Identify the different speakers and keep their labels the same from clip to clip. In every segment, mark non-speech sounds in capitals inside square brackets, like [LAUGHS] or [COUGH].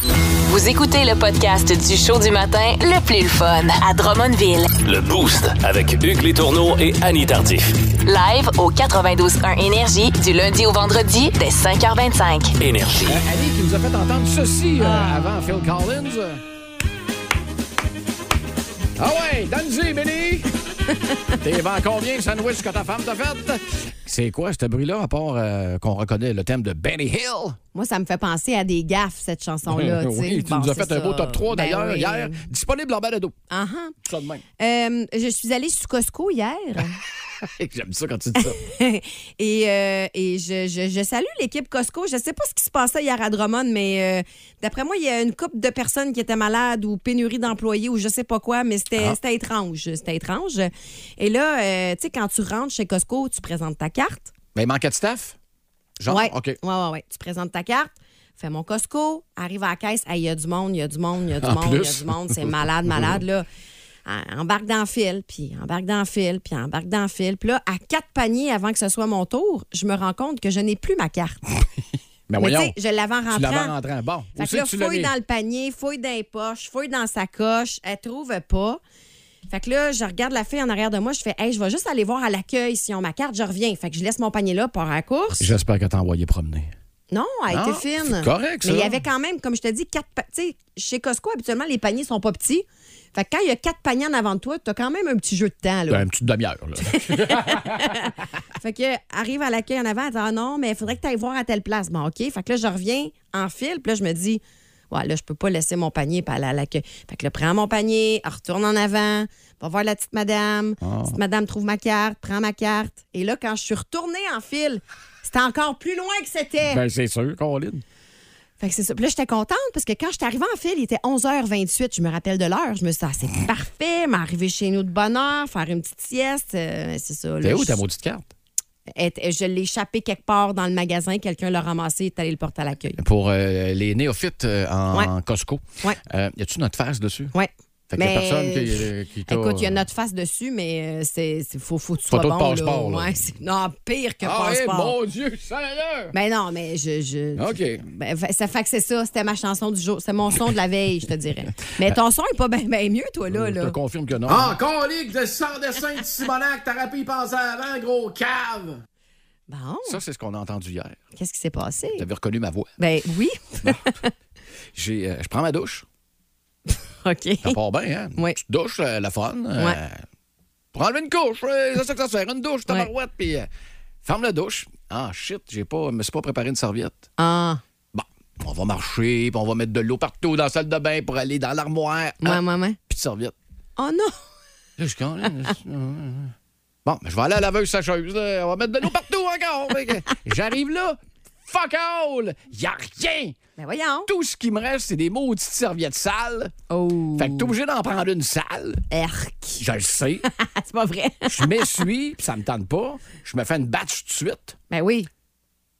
Speaker 1: Vous écoutez le podcast du show du matin le plus fun à Drummondville.
Speaker 2: Le Boost avec Hugues Létourneau et Annie Tardif.
Speaker 1: Live au 92.1 Énergie du lundi au vendredi dès 5h25.
Speaker 2: Énergie.
Speaker 3: Euh, Annie qui nous a fait entendre ceci euh,
Speaker 4: Ah.
Speaker 3: avant Phil Collins. euh. Ah ouais, donne-y, Benny!
Speaker 4: [LAUGHS]
Speaker 3: T'es vend combien le sandwich que ta femme t'a fait? C'est quoi ce bruit-là, à part euh, qu'on reconnaît le thème de Benny Hill?
Speaker 4: Moi, ça me fait penser à des gaffes, cette chanson-là.
Speaker 3: [LAUGHS] oui,
Speaker 4: sais.
Speaker 3: tu
Speaker 4: Bon,
Speaker 3: nous as
Speaker 4: c'est
Speaker 3: fait un
Speaker 4: ça.
Speaker 3: beau top 3
Speaker 4: Ben
Speaker 3: d'ailleurs
Speaker 4: oui.
Speaker 3: hier. Disponible en balado.
Speaker 4: Ah, ah.
Speaker 3: Ça
Speaker 4: [LAUGHS]
Speaker 3: de même.
Speaker 4: Euh, je suis allée sur
Speaker 3: [LAUGHS]
Speaker 4: Costco hier
Speaker 3: J'aime ça quand tu dis ça.
Speaker 4: et, euh, et je, je- je salue l'équipe Costco. Je ne sais pas ce qui se passait hier à Drummond, mais euh, d'après moi, il y a une couple de personnes qui étaient malades ou pénurie d'employés ou je sais pas quoi, mais c'était
Speaker 3: Ah.
Speaker 4: c'était étrange. C'était étrange. Et là, euh, tu sais, quand tu rentres chez Costco, tu présentes ta carte.
Speaker 3: Mais il manquait de staff? Genre,
Speaker 4: Ouais.
Speaker 3: OK.
Speaker 4: Ouais, ouais, ouais. Tu présentes ta carte, fais mon Costco, arrive à la caisse, Hey, il y a du monde, il y a du monde, il y a du
Speaker 3: En
Speaker 4: monde, il y a
Speaker 3: plus.
Speaker 4: du monde, c'est malade, malade, là. Ah, Embarque dans le fil, puis embarque dans le fil, puis embarque dans le fil. Puis là, à quatre paniers avant que ce soit mon tour, je me rends compte que je n'ai plus ma carte.
Speaker 3: Mais
Speaker 4: Mais tu
Speaker 3: Ah, Ben voyons,
Speaker 4: sais, je l'avais en rentrant.
Speaker 3: tu l'avais en rentrant. Bon, où
Speaker 4: Fait que
Speaker 3: c'est
Speaker 4: là,
Speaker 3: que tu l'as
Speaker 4: fouille
Speaker 3: mis?
Speaker 4: dans le panier, fouille dans les poches, fouille dans sa coche, elle trouve pas. Fait que là, je regarde la fille en arrière de moi, je fais Hey, je vais juste aller voir à l'accueil si on ma carte, je reviens. Fait que je laisse mon panier là, pour à la course.
Speaker 3: J'espère que t'as envoyé promener.
Speaker 4: Non, elle
Speaker 3: Non,
Speaker 4: était fine.
Speaker 3: c'est correct, ça.
Speaker 4: Mais il y avait quand même, comme je te dis, quatre. pa- Tu sais, chez Costco, habituellement, les paniers sont pas petits. Fait que quand il y a quatre paniers en avant de toi, t'as quand même un petit jeu de temps, là.
Speaker 3: Ben, une petite demi-heure, là.
Speaker 4: [LAUGHS] Fait que, arrive à l'accueil en avant, elle dit Ah non, mais il faudrait que tu ailles voir à telle place. Bon, OK. Fait que là, je reviens en file, puis là, je me dis Ouais, là, je peux pas laisser mon panier pas aller à l'accueil. Fait que là, prends mon panier, retourne en avant, va voir la petite madame.
Speaker 3: Ah.
Speaker 4: La Petite madame trouve ma carte, prends ma carte. Et là, quand je suis retournée en file, c'était encore plus loin que c'était.
Speaker 3: ben, c'est sûr, Colin.
Speaker 4: Fait que c'est ça. Puis là, j'étais contente parce que quand j'étais arrivée en file, il était 11h28. Je me rappelle de l'heure. Je me suis dit, ah, c'est parfait, m'arriver chez nous de bonne heure, faire une petite sieste. Euh, c'est ça. là,
Speaker 3: T'es où
Speaker 4: je-
Speaker 3: ta maudite carte?
Speaker 4: est- je l'ai échappé quelque part dans le magasin. Quelqu'un l'a ramassé et est allé le porter à l'accueil.
Speaker 3: Pour euh, les néophytes euh, en
Speaker 4: Ouais.
Speaker 3: en Costco,
Speaker 4: Ouais.
Speaker 3: Euh, y a-tu notre face dessus?
Speaker 4: Oui.
Speaker 3: Fait qu'il y a personne qui- euh, qui t'a-
Speaker 4: Écoute, il y a notre face dessus, mais euh, c'est c'est- faut, faut que tu sois
Speaker 3: Photo de
Speaker 4: bon. là.
Speaker 3: passeport, là.
Speaker 4: Ouais, c'est- non, pire que
Speaker 3: Ah, eh,
Speaker 4: passeport.
Speaker 3: mon Dieu, sérieux!
Speaker 4: Mais non, mais je. je-
Speaker 3: OK.
Speaker 4: Ben, fa- ça fait que c'est ça. C'était ma chanson du jour. C'est mon son de la veille, je
Speaker 3: [LAUGHS]
Speaker 4: te dirais. Mais ton son est pas bien mieux, toi, là.
Speaker 3: Euh, Je te
Speaker 4: là.
Speaker 3: confirme que non.
Speaker 5: Ah, Encore ligue de sans dessin de Simonac, t'aurais pu y penser avant, gros cave!
Speaker 4: Bon,
Speaker 3: Ça, c'est ce qu'on a entendu hier.
Speaker 4: qu'est-ce qui s'est passé?
Speaker 3: Vous avez reconnu ma voix.
Speaker 4: Ben
Speaker 3: [LAUGHS]
Speaker 4: oui.
Speaker 3: J'ai, euh, je prends ma douche.
Speaker 4: OK.
Speaker 3: Ça part bien, hein? Une
Speaker 4: Oui.
Speaker 3: petite douche, euh, la fun. euh,
Speaker 4: Ouais.
Speaker 3: Pour enlever une couche, euh, c'est ça que ça se fait. Une douche, ta
Speaker 4: Ouais.
Speaker 3: marouette, puis euh, ferme la douche. Ah, shit, j'ai pas, me suis pas préparé une serviette.
Speaker 4: Ah,
Speaker 3: Bon, on va marcher, puis on va mettre de l'eau partout dans la salle de bain pour aller dans l'armoire.
Speaker 4: moi,
Speaker 3: Ah,
Speaker 4: moi, moi.
Speaker 3: Puis de serviette.
Speaker 4: Oh non!
Speaker 3: Là, je [LAUGHS] quand Bon, ben, je vais aller à la laveuse sacheuse. là. On va mettre de l'eau partout encore. Fait que J'arrive là. Fuck all! Y a rien!
Speaker 4: Ben voyons!
Speaker 3: Tout ce qui me reste, c'est des maudites serviettes sales.
Speaker 4: Oh!
Speaker 3: Fait que t'es obligé d'en prendre une sale.
Speaker 4: Erc!
Speaker 3: Je le sais.
Speaker 4: Ah, [LAUGHS] c'est pas vrai!
Speaker 3: Je m'essuie, puis ça me tente pas. Je me fais une batch tout de suite.
Speaker 4: Ben oui!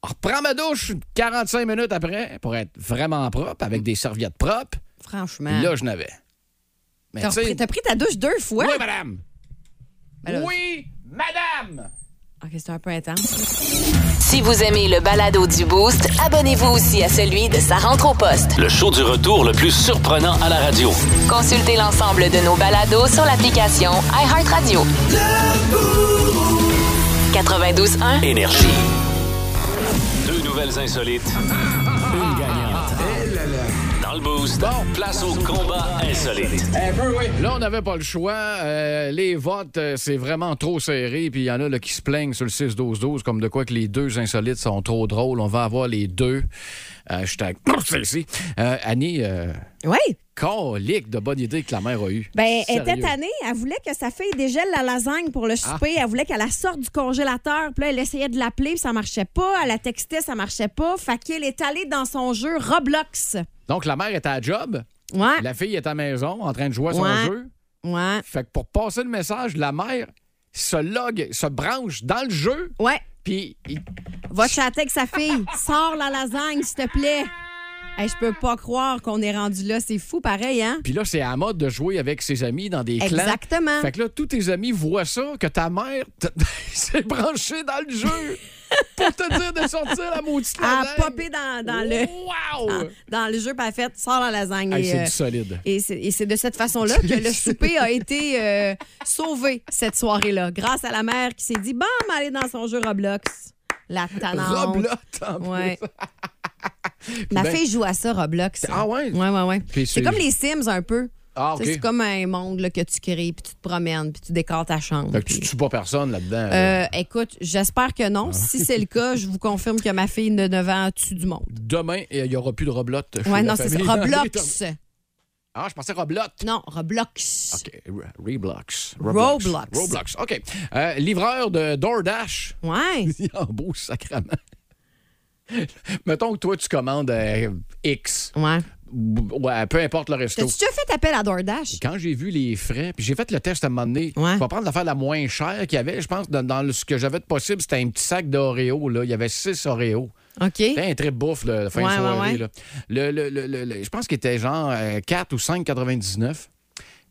Speaker 3: Je reprends ma douche 45 minutes après pour être vraiment propre, avec des serviettes propres.
Speaker 4: Franchement.
Speaker 3: Puis là, je n'avais. Mais
Speaker 4: Hein? T'as
Speaker 3: tu sais-
Speaker 4: repris- t'as pris, ta douche deux fois?
Speaker 3: Oui, madame!
Speaker 4: Ben là-
Speaker 3: Oui, madame!
Speaker 4: OK, c'est un peu intense.
Speaker 1: Si vous aimez le balado du Boost, abonnez-vous aussi à celui de sa rentre au poste.
Speaker 2: Le show du retour le plus surprenant à la radio.
Speaker 1: Consultez l'ensemble de nos balados sur l'application iHeartRadio. 92.1,
Speaker 2: Énergie. Deux nouvelles insolites. Une gagnante. Dans le Boost, place au combat insolite.
Speaker 3: Là, on n'avait pas le choix. Euh, les votes, euh, c'est vraiment trop serré. Puis il y en a là, qui se plaignent sur le 6-12-12, comme de quoi que les deux insolites sont trop drôles. On va avoir les deux. Euh, hashtag [COUGHS] celle-ci. Euh, Annie, euh,
Speaker 4: Oui!
Speaker 3: colique de bonne idée que la mère a eue.
Speaker 4: Ben, elle
Speaker 3: Sérieux. Ah.
Speaker 4: était tannée. Elle voulait que sa fille dégèle la lasagne pour le souper. Elle voulait qu'elle la sorte du congélateur. Puis là, elle essayait de l'appeler, puis ça marchait pas. Elle la textait, ça marchait pas. Fait qu'elle est allée dans son jeu Roblox.
Speaker 3: Donc, la mère était à job.
Speaker 4: Ouais.
Speaker 3: La fille est à la maison en train de jouer à son
Speaker 4: Ah. Ouais.
Speaker 3: jeu.
Speaker 4: Ouais.
Speaker 3: Fait que pour passer le message, la mère se log, se branche dans le jeu.
Speaker 4: Ouais.
Speaker 3: Puis il-
Speaker 4: Va chatter avec sa fille. Sors la lasagne, s'il te plaît. Hey, je peux pas croire qu'on est rendu là. C'est fou, pareil, hein?
Speaker 3: Puis là, c'est à la mode de jouer avec ses amis dans des clans. [LAUGHS]
Speaker 4: Exactement. [LAUGHS]
Speaker 3: Fait que là, tous tes amis voient ça, que ta mère t- s'est branchée dans le jeu. pour te dire de sortir la maudite
Speaker 4: Elle a
Speaker 3: lasagne.
Speaker 4: popé dans, dans le.
Speaker 3: Wow!
Speaker 4: dans, dans le jeu, puis elle a fait sort la lasagne.
Speaker 3: Hey, c'est
Speaker 4: euh,
Speaker 3: du solide.
Speaker 4: Et c'est et c'est de cette façon-là que le souper a été euh, sauvé cette soirée-là, grâce à la mère qui s'est dit Bon, on va aller dans son jeu Roblox. La tanante.
Speaker 3: Roblotte, en plus.
Speaker 4: Ah,
Speaker 3: [LAUGHS]
Speaker 4: Ouais. Ma
Speaker 3: Ben-
Speaker 4: fille joue à ça, Roblox.
Speaker 3: Ah ouais?
Speaker 4: Ouais, ouais, ouais.
Speaker 3: Puis
Speaker 4: C'est
Speaker 3: c'est-
Speaker 4: comme les Sims un peu.
Speaker 3: Ah, OK.
Speaker 4: C'est comme un monde là, que tu crées, puis tu te promènes, puis tu décores ta chambre.
Speaker 3: Fait que tu Ah.
Speaker 4: puis-
Speaker 3: tues pas personne là-dedans. là.
Speaker 4: Euh, écoute, j'espère que non. Si c'est le cas, je vous confirme que ma fille de 9 ans tue du monde.
Speaker 3: Demain, il n'y aura plus de Roblotte. chez
Speaker 4: Ouais,
Speaker 3: la
Speaker 4: non, c'est ça.
Speaker 3: famille. [LAUGHS]
Speaker 4: Roblox.
Speaker 3: Ah, je pensais Roblotte.
Speaker 4: Non, Roblox.
Speaker 3: OK. Re- Roblox.
Speaker 4: Roblox.
Speaker 3: Roblox. OK. Euh, livreur de DoorDash.
Speaker 4: Ouais.
Speaker 3: Il embauche sacrément. Mettons que toi, tu commandes euh, X.
Speaker 4: Ouais.
Speaker 3: Ou- Ouais, peu importe le resto.
Speaker 4: T'as-tu déjà fait appel à DoorDash?
Speaker 3: Quand j'ai vu les frais, puis j'ai fait le test à un moment donné,
Speaker 4: Ouais.
Speaker 3: je vais prendre l'affaire la moins chère qu'il y avait. Je pense dans, dans le- ce que j'avais de possible, c'était un petit sac d'Oreo. là. Il y avait six Oreos.
Speaker 4: OK.
Speaker 3: C'était un trip bouffe, là, la fin
Speaker 4: Ouais,
Speaker 3: de soirée.
Speaker 4: ouais, ouais.
Speaker 3: là. Le, le- le- le- le- je pense qu'il était genre euh, 4 ou 5,99.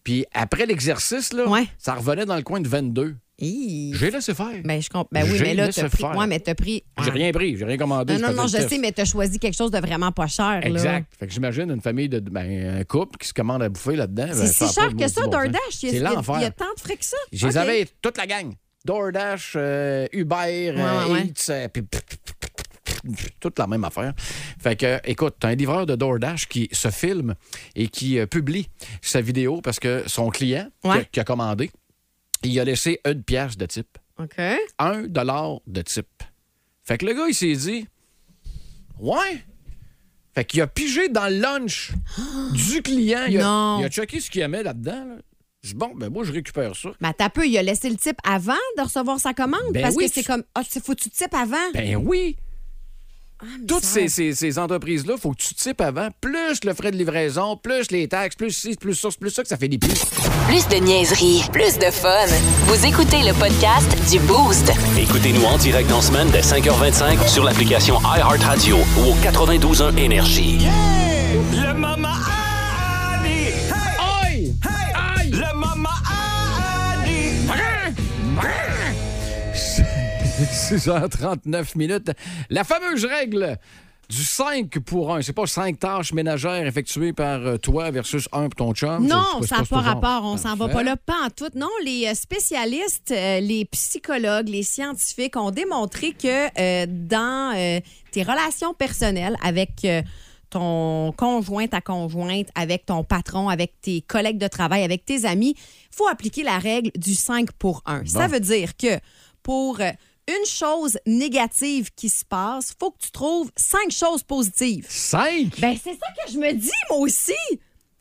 Speaker 3: Puis après l'exercice, là,
Speaker 4: Ouais.
Speaker 3: ça revenait dans le coin de 22.
Speaker 4: Hi.
Speaker 3: J'ai laissé faire.
Speaker 4: Ben, je comprends. Ben oui,
Speaker 3: J'ai
Speaker 4: mais là,
Speaker 3: laissé
Speaker 4: t'as pris.
Speaker 3: faire.
Speaker 4: Ouais, mais t'as pris.
Speaker 3: J'ai
Speaker 4: Ah.
Speaker 3: rien pris, j'ai rien commandé.
Speaker 4: Non, non,
Speaker 3: faisais
Speaker 4: non,
Speaker 3: le
Speaker 4: je
Speaker 3: test.
Speaker 4: sais, mais t'as choisi quelque chose de vraiment pas cher. là.
Speaker 3: Exact. Fait que j'imagine une famille de ben, un couple qui se commande à bouffer là-dedans. ben,
Speaker 4: C'est
Speaker 3: ça a
Speaker 4: si
Speaker 3: pas
Speaker 4: cher
Speaker 3: de
Speaker 4: que ça,
Speaker 3: maudit bon sens.
Speaker 4: DoorDash. Il y a-
Speaker 3: C'est
Speaker 4: il y a- Il y a
Speaker 3: l'enfer.
Speaker 4: tant de frais que ça.
Speaker 3: Je les
Speaker 4: OK.
Speaker 3: avais toute la gang. DoorDash, euh, Uber, euh,
Speaker 4: ouais, ouais.
Speaker 3: Eats, euh, puis pff, pff, pff, pff, pff, toute la même affaire. Fait que, euh, écoute, t'as un livreur de DoorDash qui se filme et qui euh, publie sa vidéo parce que son client qui a-
Speaker 4: Ouais.
Speaker 3: qui, a commandé, il a laissé une pièce de type.
Speaker 4: OK.
Speaker 3: Un dollar de type. Fait que le gars, il s'est dit, ouais. Fait qu'il a pigé dans le lunch du client. Il a,
Speaker 4: Non.
Speaker 3: il a checké ce qu'il aimait là-dedans. là. Il dit, bon, ben moi, je récupère ça.
Speaker 4: Mais Ben, t'as peu, il a laissé le type avant de recevoir sa commande.
Speaker 3: Ben
Speaker 4: parce
Speaker 3: oui,
Speaker 4: que c'est
Speaker 3: tu-
Speaker 4: comme. Ah, c'est faut que tu types avant. Ah,
Speaker 3: Ben oui. Toutes
Speaker 4: ça-
Speaker 3: ces, ces- ces entreprises-là, faut que tu types avant, plus le frais de livraison, plus les taxes, plus ci, plus ça, plus ça, que ça fait des plus.
Speaker 1: Plus de niaiserie, plus de fun. Vous écoutez le podcast du Boost.
Speaker 2: Écoutez-nous en direct en semaine dès 5h25 sur l'application iHeartRadio ou au 92.1 Énergie. Le Mama Annie!
Speaker 3: Aïe! Aïe!
Speaker 2: Le Mama Annie!
Speaker 3: 6h39 minutes. La fameuse règle du 5 pour 1. C'est pas 5 tâches ménagères effectuées par euh, toi versus 1 pour ton chum.
Speaker 4: Non,
Speaker 3: Je sais
Speaker 4: ça n'a
Speaker 3: si c'est
Speaker 4: pas
Speaker 3: toujours-
Speaker 4: rapport. On s'en va
Speaker 3: Parfait.
Speaker 4: pas là, pas en tout. Non, les euh, spécialistes, euh, les psychologues, les scientifiques ont démontré que euh, dans euh, tes relations personnelles avec euh, ton conjoint, ta conjointe, avec ton patron, avec tes collègues de travail, avec tes amis, faut appliquer la règle du 5 pour 1. Ça veut dire que pour euh, une chose négative qui se passe, faut que tu trouves cinq choses positives.
Speaker 3: 5?
Speaker 4: Ben, c'est ça que je me dis, moi aussi.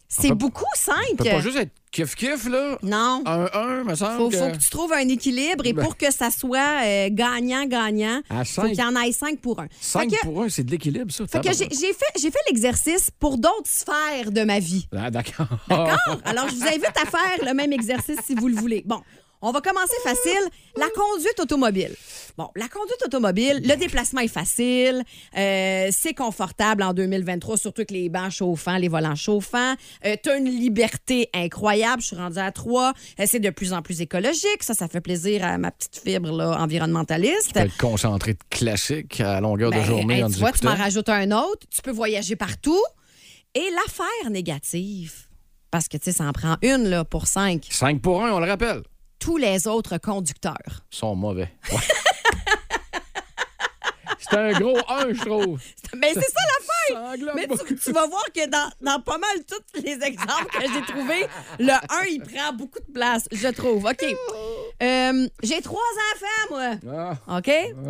Speaker 4: C'est
Speaker 3: peut-
Speaker 4: beaucoup
Speaker 3: Tu
Speaker 4: simple.
Speaker 3: peux pas juste être kiff-kiff, là?
Speaker 4: Non.
Speaker 3: Un 1, me semble.
Speaker 4: Faut, faut que tu trouves un équilibre et
Speaker 3: Ben-
Speaker 4: pour que ça soit euh, gagnant-gagnant,
Speaker 3: À
Speaker 4: faut
Speaker 3: cinq.
Speaker 4: qu'il y en ait cinq pour un. Fait
Speaker 3: 5
Speaker 4: que-
Speaker 3: pour 1, c'est de l'équilibre, ça.
Speaker 4: fait que j'ai j'ai fait, j'ai fait l'exercice pour d'autres sphères de ma vie.
Speaker 3: Ah, d'accord. [LAUGHS]
Speaker 4: D'accord? Alors, je vous invite à faire le même exercice si vous le voulez. Bon, on va commencer facile. La conduite automobile. Bon, la conduite automobile, le déplacement est facile, euh, c'est confortable en 2023, surtout que les bancs chauffants, les volants chauffants. Euh, T'as une liberté incroyable, je suis rendue à trois. Euh, c'est de plus en plus écologique, ça, ça fait plaisir à ma petite fibre là, environnementaliste.
Speaker 3: Tu peux être concentré de classique à longueur de
Speaker 4: Ben,
Speaker 3: journée
Speaker 4: hey,
Speaker 3: en
Speaker 4: tu
Speaker 3: nous
Speaker 4: vois, tu m'en
Speaker 3: écoutant.
Speaker 4: rajoutes un autre, tu peux voyager partout. Et l'affaire négative, parce que tu sais, ça en prend une là, pour cinq,
Speaker 3: 5 pour 1, on le rappelle.
Speaker 4: tous les autres [LAUGHS] conducteurs.
Speaker 3: Ils sont mauvais. Ouais. C'est un gros 1, je trouve.
Speaker 4: Mais Ben, c'est ça l'affaire!
Speaker 3: Ça englobe
Speaker 4: Mais
Speaker 3: beaucoup.
Speaker 4: tu, tu vas voir que dans, dans pas mal tous les exemples que j'ai trouvés, le 1, il prend beaucoup de place, je trouve. OK.
Speaker 3: Oh.
Speaker 4: Euh, j'ai trois enfants, moi.
Speaker 3: Ah,
Speaker 4: OK?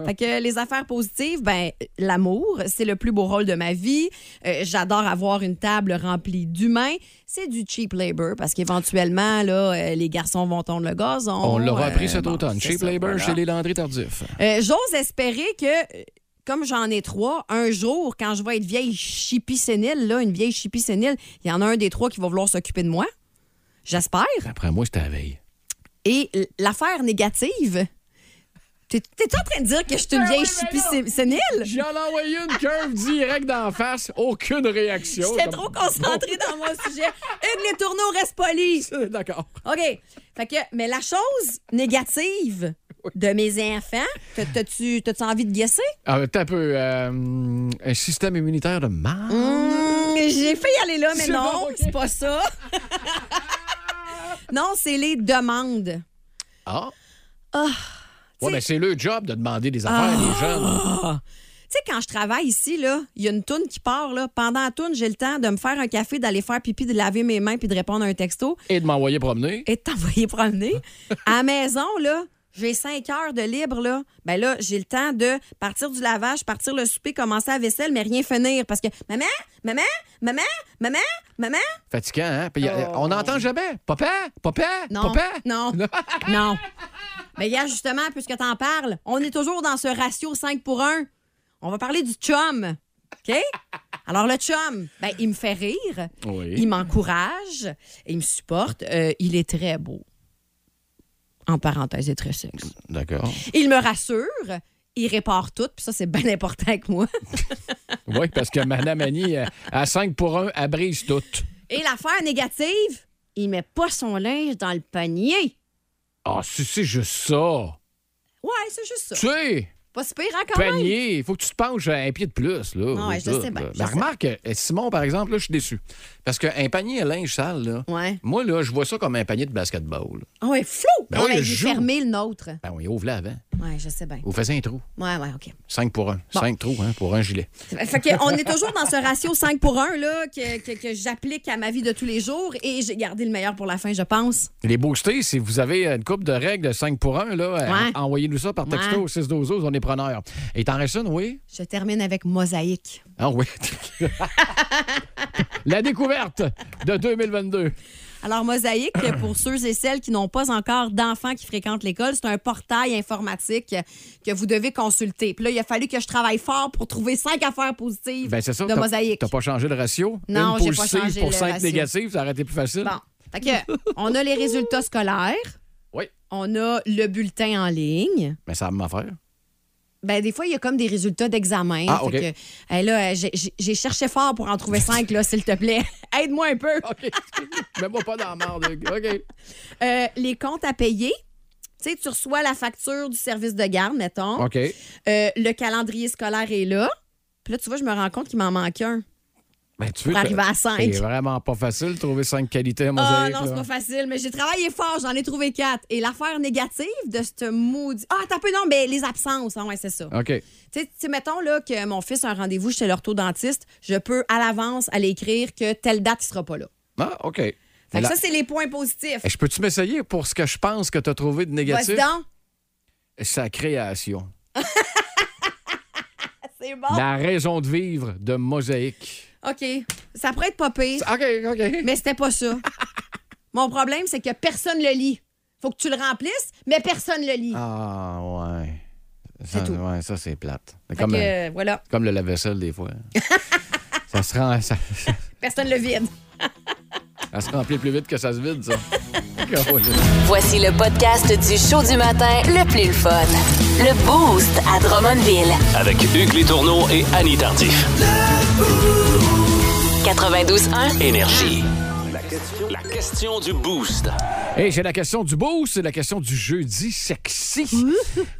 Speaker 4: Fait que les affaires positives, ben l'amour, c'est le plus beau rôle de ma vie. Euh, J'adore avoir une table remplie d'humains. C'est du cheap labor parce qu'éventuellement, là, euh, les garçons vont tondre le gazon.
Speaker 3: on l'aura
Speaker 4: Euh,
Speaker 3: appris cet
Speaker 4: bon,
Speaker 3: automne.
Speaker 4: c'est
Speaker 3: Cheap
Speaker 4: ça,
Speaker 3: labor
Speaker 4: voilà.
Speaker 3: chez les Landry Tardif.
Speaker 4: Euh, J'ose espérer que, euh, comme j'en ai trois, un jour, quand je vais être vieille chipie sénile, là, une vieille chipie sénile, il y en a un des trois qui va vouloir s'occuper de moi. J'espère.
Speaker 3: Après moi, c'était la veille.
Speaker 4: Et l- l'affaire négative. T'es- T'es-tu en train de dire que je suis une vieille chipie sé- sénile?
Speaker 3: J'en ai envoyé une curve direct d'en face. Aucune réaction.
Speaker 4: J'étais
Speaker 3: Comme-
Speaker 4: trop concentrée dans mon sujet. Une, les tourneaux restent polis.
Speaker 3: D'accord.
Speaker 4: OK. Fait que, mais la chose négative, de mes enfants. T'as- T'as-tu t'as-tu envie de guesser?
Speaker 3: Ah, mais t'as un peu. euh, un système immunitaire de marde.
Speaker 4: Hum, J'ai failli aller là, mais
Speaker 3: C'est
Speaker 4: non,
Speaker 3: bon, ok.
Speaker 4: c'est pas ça. non, c'est les demandes.
Speaker 3: Ah.
Speaker 4: Ah.
Speaker 3: Ouais, mais c'est le job de demander des affaires à des jeunes.
Speaker 4: Tu sais, quand je travaille ici, là, il y a une toune qui part. Là. Pendant la toune, j'ai le temps de me faire un café, d'aller faire pipi, de laver mes mains puis de répondre à un texto
Speaker 3: Et de m'envoyer promener.
Speaker 4: et de t'envoyer [LAUGHS] promener. à la maison, là, j'ai cinq heures de libre. Là. Ben là, j'ai le temps de partir du lavage, partir le souper, commencer la vaisselle, mais rien finir. Parce que maman, maman, maman, maman, maman.
Speaker 3: Fatigant, hein? Puis, euh,
Speaker 4: Oh.
Speaker 3: On n'entend jamais. Papa, papa,
Speaker 4: Non.
Speaker 3: papa.
Speaker 4: Non. [LAUGHS] non. Mais gars, justement, puisque t'en parles, on est toujours dans ce ratio 5 pour 1. On va parler du chum. OK? Alors, le chum, ben, il me fait rire.
Speaker 3: Oui.
Speaker 4: Il m'encourage. Il me supporte. euh, il est très beau. En parenthèse, il est très sexy.
Speaker 3: D'accord.
Speaker 4: Il me rassure. Il répare tout. Puis ça, c'est bien important avec moi.
Speaker 3: Oui, parce que Madame Annie, euh, à 5 pour 1, elle brise tout.
Speaker 4: [LAUGHS] Et l'affaire négative, il met pas son linge dans le panier.
Speaker 3: Ah, si, c'est juste ça.
Speaker 4: Ouais, c'est juste ça.
Speaker 3: Tu sais,
Speaker 4: Pas si pire, hein, quand même.
Speaker 3: panier, il faut que tu te penches à un pied de plus. Là,
Speaker 4: Ah Ouais, je
Speaker 3: Là,
Speaker 4: sais bien, je
Speaker 3: La
Speaker 4: sais.
Speaker 3: remarque, euh, Simon, par exemple, là, je suis déçu. Parce qu'un panier à linge sale, là,
Speaker 4: Ouais.
Speaker 3: moi, là, je vois ça comme un panier de basketball.
Speaker 4: Ah ouais, flou!
Speaker 3: Ben
Speaker 4: Ah
Speaker 3: oui,
Speaker 4: ouais,
Speaker 3: le
Speaker 4: j'ai
Speaker 3: jour.
Speaker 4: fermé le nôtre.
Speaker 3: Ben, on y ouvre là avant.
Speaker 4: Ouais, je sais bien.
Speaker 3: Vous faisiez un trou.
Speaker 4: Ouais, ouais,
Speaker 3: [LAUGHS]
Speaker 4: OK.
Speaker 3: 5 pour 1. 5 trous hein, pour un gilet.
Speaker 4: Fait que on est toujours dans ce ratio 5 pour 1 là, que, que- que j'applique à ma vie de tous les jours et j'ai gardé le meilleur pour la fin, je pense.
Speaker 3: Les boostés, si vous avez une coupe de règles de 5 pour 1, là, euh,
Speaker 4: Ouais.
Speaker 3: envoyez-nous ça par texto
Speaker 4: Ouais.
Speaker 3: au 6 12 12, on est preneurs. Et t'en restes une, oui?
Speaker 4: Je termine avec mosaïque.
Speaker 3: Ah
Speaker 4: [LAUGHS]
Speaker 3: oui. La découverte de 2022.
Speaker 4: Alors, Mosaïque, pour ceux et celles qui n'ont pas encore d'enfants qui fréquentent l'école, c'est un portail informatique que vous devez consulter. Puis là, il a fallu que je travaille fort pour trouver cinq affaires positives
Speaker 3: Ben, c'est ça.
Speaker 4: de
Speaker 3: t'as-
Speaker 4: Mosaïque.
Speaker 3: T'as pas changé le ratio?
Speaker 4: Non,
Speaker 3: Une
Speaker 4: j'ai pas
Speaker 3: positive
Speaker 4: changé
Speaker 3: pour
Speaker 4: le
Speaker 3: 5
Speaker 4: ratio.
Speaker 3: négatives, ça aurait été plus facile.
Speaker 4: Bon. Fait que, on a les résultats scolaires.
Speaker 3: Oui.
Speaker 4: On a le bulletin en ligne.
Speaker 3: Mais ça va m'en faire.
Speaker 4: Ben, des fois, il y a comme des résultats d'examen.
Speaker 3: Ah,
Speaker 4: Fait
Speaker 3: OK.
Speaker 4: que, hey, là, j'ai- j'ai j'ai cherché fort pour en trouver cinq, là, s'il te plaît. [LAUGHS] Aide-moi un peu.
Speaker 3: OK. [LAUGHS] Mets-moi pas dans la merde. OK.
Speaker 4: Euh, les comptes à payer. Tu sais, tu reçois la facture du service de garde, mettons.
Speaker 3: OK.
Speaker 4: Euh, le calendrier scolaire est là. Puis là, tu vois, je me rends compte qu'il m'en manque un.
Speaker 3: Ben, tu veux.
Speaker 4: Pour arriver à cinq.
Speaker 3: C'est vraiment pas facile de trouver 5 qualités à
Speaker 4: Ah
Speaker 3: mosaïque.
Speaker 4: non, c'est
Speaker 3: là.
Speaker 4: pas facile, mais j'ai travaillé fort, j'en ai trouvé quatre. Et l'affaire négative de ce maudit. Ah, t'as peu, non, mais les absences. Ah, ouais, c'est ça.
Speaker 3: OK.
Speaker 4: Tu sais- tu sais, mettons là, que mon fils a un rendez-vous chez l'orthodontiste, je peux à l'avance aller écrire que telle date, il sera pas là.
Speaker 3: Ah, OK.
Speaker 4: Fait que
Speaker 3: Là-
Speaker 4: ça, c'est les points positifs.
Speaker 3: Eh, Je peux-tu m'essayer pour ce que je pense que t'as trouvé de négatif?
Speaker 4: Vas-y donc.
Speaker 3: Sa création.
Speaker 4: C'est bon.
Speaker 3: La raison de vivre de Mosaïque.
Speaker 4: OK. Ça pourrait être pas pire,
Speaker 3: OK, OK.
Speaker 4: mais c'était
Speaker 3: [LAUGHS]
Speaker 4: pas ça. Mon problème, c'est que personne le lit. Faut que tu le remplisses, mais personne le lit.
Speaker 3: Ah, ouais. Ça,
Speaker 4: C'est tout.
Speaker 3: Ouais, ça, c'est plate. C'est
Speaker 4: Fait
Speaker 3: Comme,
Speaker 4: que,
Speaker 3: euh,
Speaker 4: euh, voilà,
Speaker 3: comme le lave-vaisselle, des
Speaker 4: [LAUGHS]
Speaker 3: fois. ça, se rend- ça-
Speaker 4: personne le vide.
Speaker 3: ça se remplit plus vite que ça se vide,
Speaker 4: [LAUGHS]
Speaker 3: ça.
Speaker 1: Voici le podcast du show du matin le plus le fun. Le Boost à Drummondville.
Speaker 2: Avec Hugues Létourneau et Annie Tardif.
Speaker 1: 92.1.
Speaker 2: Énergie. La question, la question du boost.
Speaker 3: Et c'est la question du beau, c'est la question du jeudi sexy.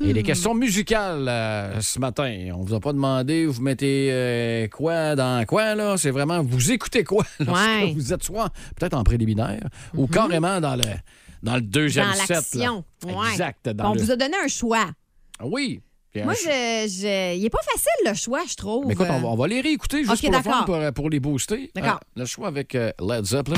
Speaker 3: Et les questions musicales euh, ce matin. On vous a pas demandé, vous mettez euh, quoi dans quoi, là. C'est vraiment, vous écoutez quoi lorsque
Speaker 4: Ouais. Mm-hmm.
Speaker 3: vous êtes soit peut-être en préliminaire ou carrément dans le, dans le deuxième
Speaker 4: Dans
Speaker 3: set. là.
Speaker 4: l'action. Ouais.
Speaker 3: Exact. Dans
Speaker 4: On
Speaker 3: le-
Speaker 4: vous a donné un choix.
Speaker 3: Oui. Puis un
Speaker 4: Moi,
Speaker 3: ch-
Speaker 4: je, je- il est pas facile le choix, je trouve.
Speaker 3: Mais écoute, on va, on va les réécouter juste
Speaker 4: Ok,
Speaker 3: pour le fun,
Speaker 4: d'accord.
Speaker 3: pour, euh, pour les booster.
Speaker 4: D'accord.
Speaker 3: Euh, le choix avec euh, Led Zeppelin.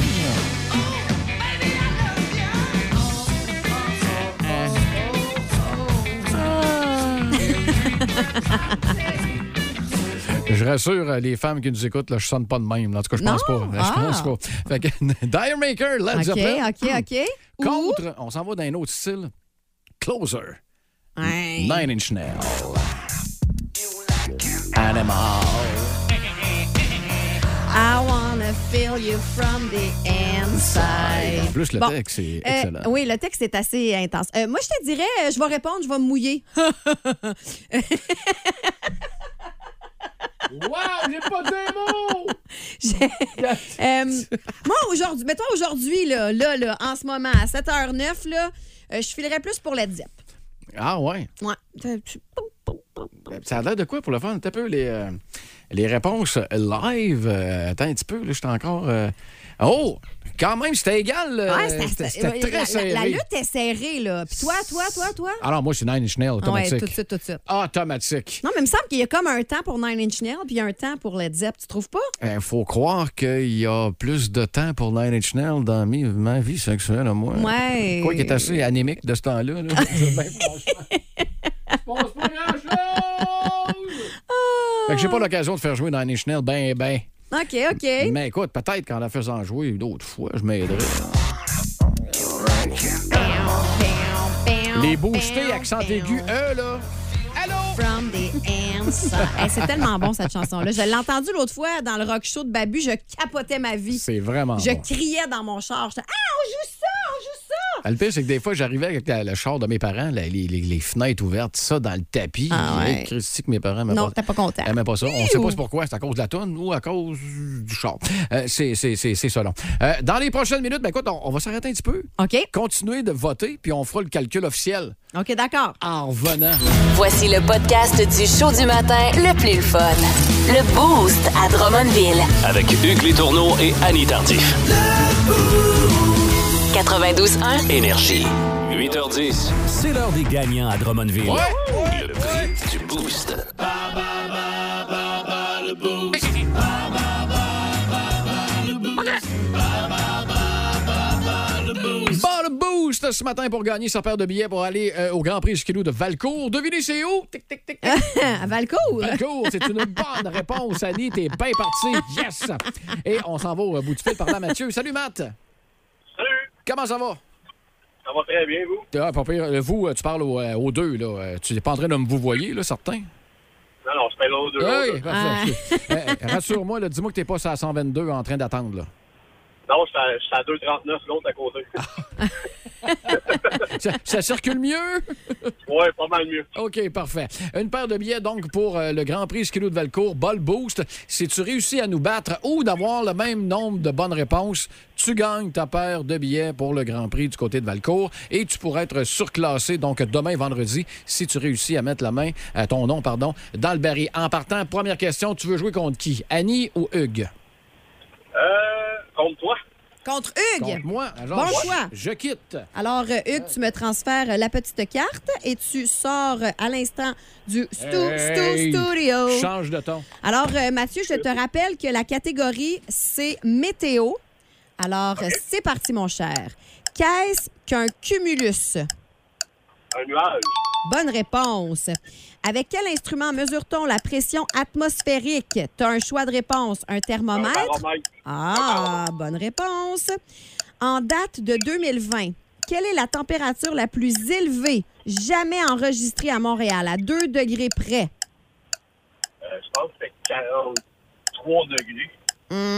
Speaker 3: Je rassure euh, les femmes qui nous écoutent, là, je sonne pas de même. En tout cas, je pense
Speaker 4: Non?
Speaker 3: pas. Je pense
Speaker 4: Ah.
Speaker 3: pas. Fait que, [LAUGHS] Dire Maker, Led
Speaker 4: OK,
Speaker 3: Zeppelin.
Speaker 4: Euh, OK, OK. Ou-
Speaker 3: Contre, on s'en va dans un autre style. Closer.
Speaker 4: Ouais.
Speaker 3: Nine Inch Nail. Animal.
Speaker 4: I wanna feel you from the inside.
Speaker 3: En plus, le
Speaker 4: Bon.
Speaker 3: texte est
Speaker 4: Euh,
Speaker 3: excellent.
Speaker 4: oui, le texte est assez intense. Euh, moi, je te dirais, euh, je vais répondre, je vais me mouiller. [LAUGHS] Euh,
Speaker 3: Wow, j'ai pas de mots!
Speaker 4: J'ai- Euh, moi, aujourd'hui, mettons aujourd'hui, là, là, là, en ce moment, à 7h09, là, euh, je filerais plus pour la Dieppe.
Speaker 3: Ah ouais.
Speaker 4: Ouais. T'as- tu- poum, poum, poum, poum.
Speaker 3: Ça a l'air de quoi pour le fun? Un petit peu les, euh, les réponses live. Euh, attends un petit peu, là, je suis encore. euh, Oh! Quand même, c'était égal. euh,
Speaker 4: Ouais, c'était-
Speaker 3: c'était-
Speaker 4: c'était-
Speaker 3: c'était très
Speaker 4: la- la,
Speaker 3: serré.
Speaker 4: la lutte est serrée, là. Puis toi, toi, toi, toi.
Speaker 3: Alors, moi, c'est Nine Inch Nails,
Speaker 4: Ah ouais,
Speaker 3: automatique.
Speaker 4: tout de suite, tout de suite.
Speaker 3: Automatique.
Speaker 4: Non, mais il me semble qu'il y a comme un temps pour Nine Inch Nails, puis il y a un temps pour Led Zepp. Tu trouves pas?
Speaker 3: Il Euh, faut croire qu'il y a plus de temps pour Nine Inch Nails dans mi- ma vie sexuelle, à moi.
Speaker 4: Ouais.
Speaker 3: Quoi qui est assez anémique de ce temps-là. [LAUGHS] là. Fait que j'ai pas l'occasion de faire jouer Nine Inch Nails, ben, ben.
Speaker 4: Ah! OK, OK.
Speaker 3: Mais écoute, peut-être qu'en la faisant jouer d'autres fois, je m'aiderais. Les boostés, accent aigu, eux, là.
Speaker 4: From the inside. [LAUGHS] Hey, c'est tellement bon, cette chanson-là. Je l'ai entendue l'autre fois dans le rock show de Babu. Je capotais ma vie.
Speaker 3: C'est vraiment
Speaker 4: Je
Speaker 3: bon.
Speaker 4: criais dans mon char. J'étais, ah, on joue ça, on joue ça.
Speaker 3: Ah, Le pire, c'est que des fois, j'arrivais avec la- le char de mes parents, la- les, les- les fenêtres ouvertes, ça, dans le tapis.
Speaker 4: Ah
Speaker 3: Et
Speaker 4: ouais.
Speaker 3: Christy, que mes parents aimaient
Speaker 4: Non,
Speaker 3: pas-
Speaker 4: t'es pas content.
Speaker 3: aimaient pas ça. On sait pas c'est pourquoi. C'est à cause de la tonne ou à cause du char. Euh, c'est c'est- c'est- c'est ça, non. Euh, dans les prochaines minutes, ben écoute, on, on va s'arrêter un petit peu.
Speaker 4: OK.
Speaker 3: Continuez de voter, puis on fera le calcul officiel
Speaker 4: OK, d'accord.
Speaker 3: en revenant.
Speaker 1: Voici le podcast du show du matin le plus le fun. Le Boost à Drummondville.
Speaker 2: Avec Hugues Létourneau et Annie Tardif.
Speaker 1: 92.1.
Speaker 2: Énergie. 8h10, c'est l'heure des gagnants à Drummondville.
Speaker 3: Ouais.
Speaker 2: Le prix du boost.
Speaker 3: Bon le boost ce matin pour gagner sa paire de billets pour aller euh, au Grand Prix Skidoo de Valcourt. Devinez c'est où? Tic, tic, tic, Ben, tic.
Speaker 4: [LAUGHS] À Valcourt.
Speaker 3: Valcourt, c'est une bonne réponse, Annie. T'es bien parti. Yes! Et on s'en va au bout du fil par là, Mathieu. Salut, Matt.
Speaker 6: Salut,
Speaker 3: Comment ça va?
Speaker 6: ça va très bien, vous?
Speaker 3: Ah, pas pire. Euh, Vous, euh, tu parles au- euh, aux deux, là. Euh, Tu n'es pas en train de me vous voyez, là, certain?
Speaker 6: Non, non, je fais l'autre deux.
Speaker 3: Oui, parfait. Euh, Rassure-moi, là, dis-moi que t'es pas à 122 en train d'attendre, là.
Speaker 6: Non, je suis à- je suis à 2,39, l'autre à côté.
Speaker 3: Ça, ça circule mieux?
Speaker 6: ouais, pas mal mieux.
Speaker 3: OK, parfait. Une paire de billets, donc, pour euh, le Grand Prix Skidoo de Valcourt, Ball Boost. Si tu réussis à nous battre ou d'avoir le même nombre de bonnes réponses, tu gagnes ta paire de billets pour le Grand Prix du côté de Valcourt et tu pourras être surclassé, donc, demain, vendredi, si tu réussis à mettre la main, à ton nom, pardon, dans le baril. En partant, première question, tu veux jouer contre qui? Annie ou Hugues?
Speaker 6: Euh, compte toi.
Speaker 4: Contre Hugues.
Speaker 3: Contre moi. Alors,
Speaker 4: Bon
Speaker 3: je-
Speaker 4: choix.
Speaker 3: Je quitte.
Speaker 4: Alors, euh, Hugues, tu me transfères euh, la petite carte et tu sors euh, à l'instant du stu,
Speaker 3: Hey!
Speaker 4: stu- studio.
Speaker 3: Change de ton.
Speaker 4: Alors, euh, Mathieu, je te rappelle que la catégorie, c'est météo. Alors, euh, c'est parti, mon cher. Qu'est-ce qu'un cumulus?
Speaker 6: Un nuage.
Speaker 4: Bonne réponse. Avec quel instrument mesure-t-on la pression atmosphérique? Tu as un choix de réponse. Un
Speaker 6: Un
Speaker 4: thermomètre?
Speaker 6: baromètre.
Speaker 4: Ah, bonne réponse. En date de 2020, quelle est la température la plus élevée jamais enregistrée à Montréal, à 2 degrés près?
Speaker 6: Euh, je pense que c'est 43 degrés.
Speaker 4: Hum,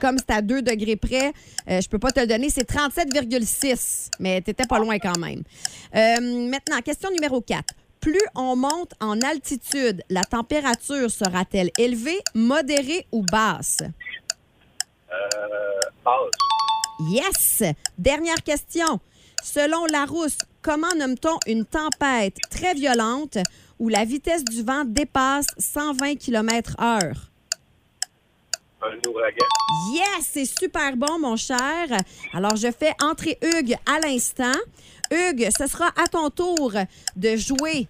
Speaker 4: Comme c'est à 2 degrés près, euh, je peux pas te le donner, c'est 37,6. Mais t'étais pas loin quand même. Euh, maintenant, question numéro 4. Plus on monte en altitude, la température sera-t-elle élevée, modérée ou basse?
Speaker 6: Euh, base.
Speaker 4: Yes! Dernière question. Selon Larousse, comment nomme-t-on une tempête très violente où la vitesse du vent dépasse 120 km/h?
Speaker 6: Un ouragan.
Speaker 4: Yes, c'est super bon, mon cher. Alors, je fais entrer Hugues à l'instant. Hugues, ce sera à ton tour de jouer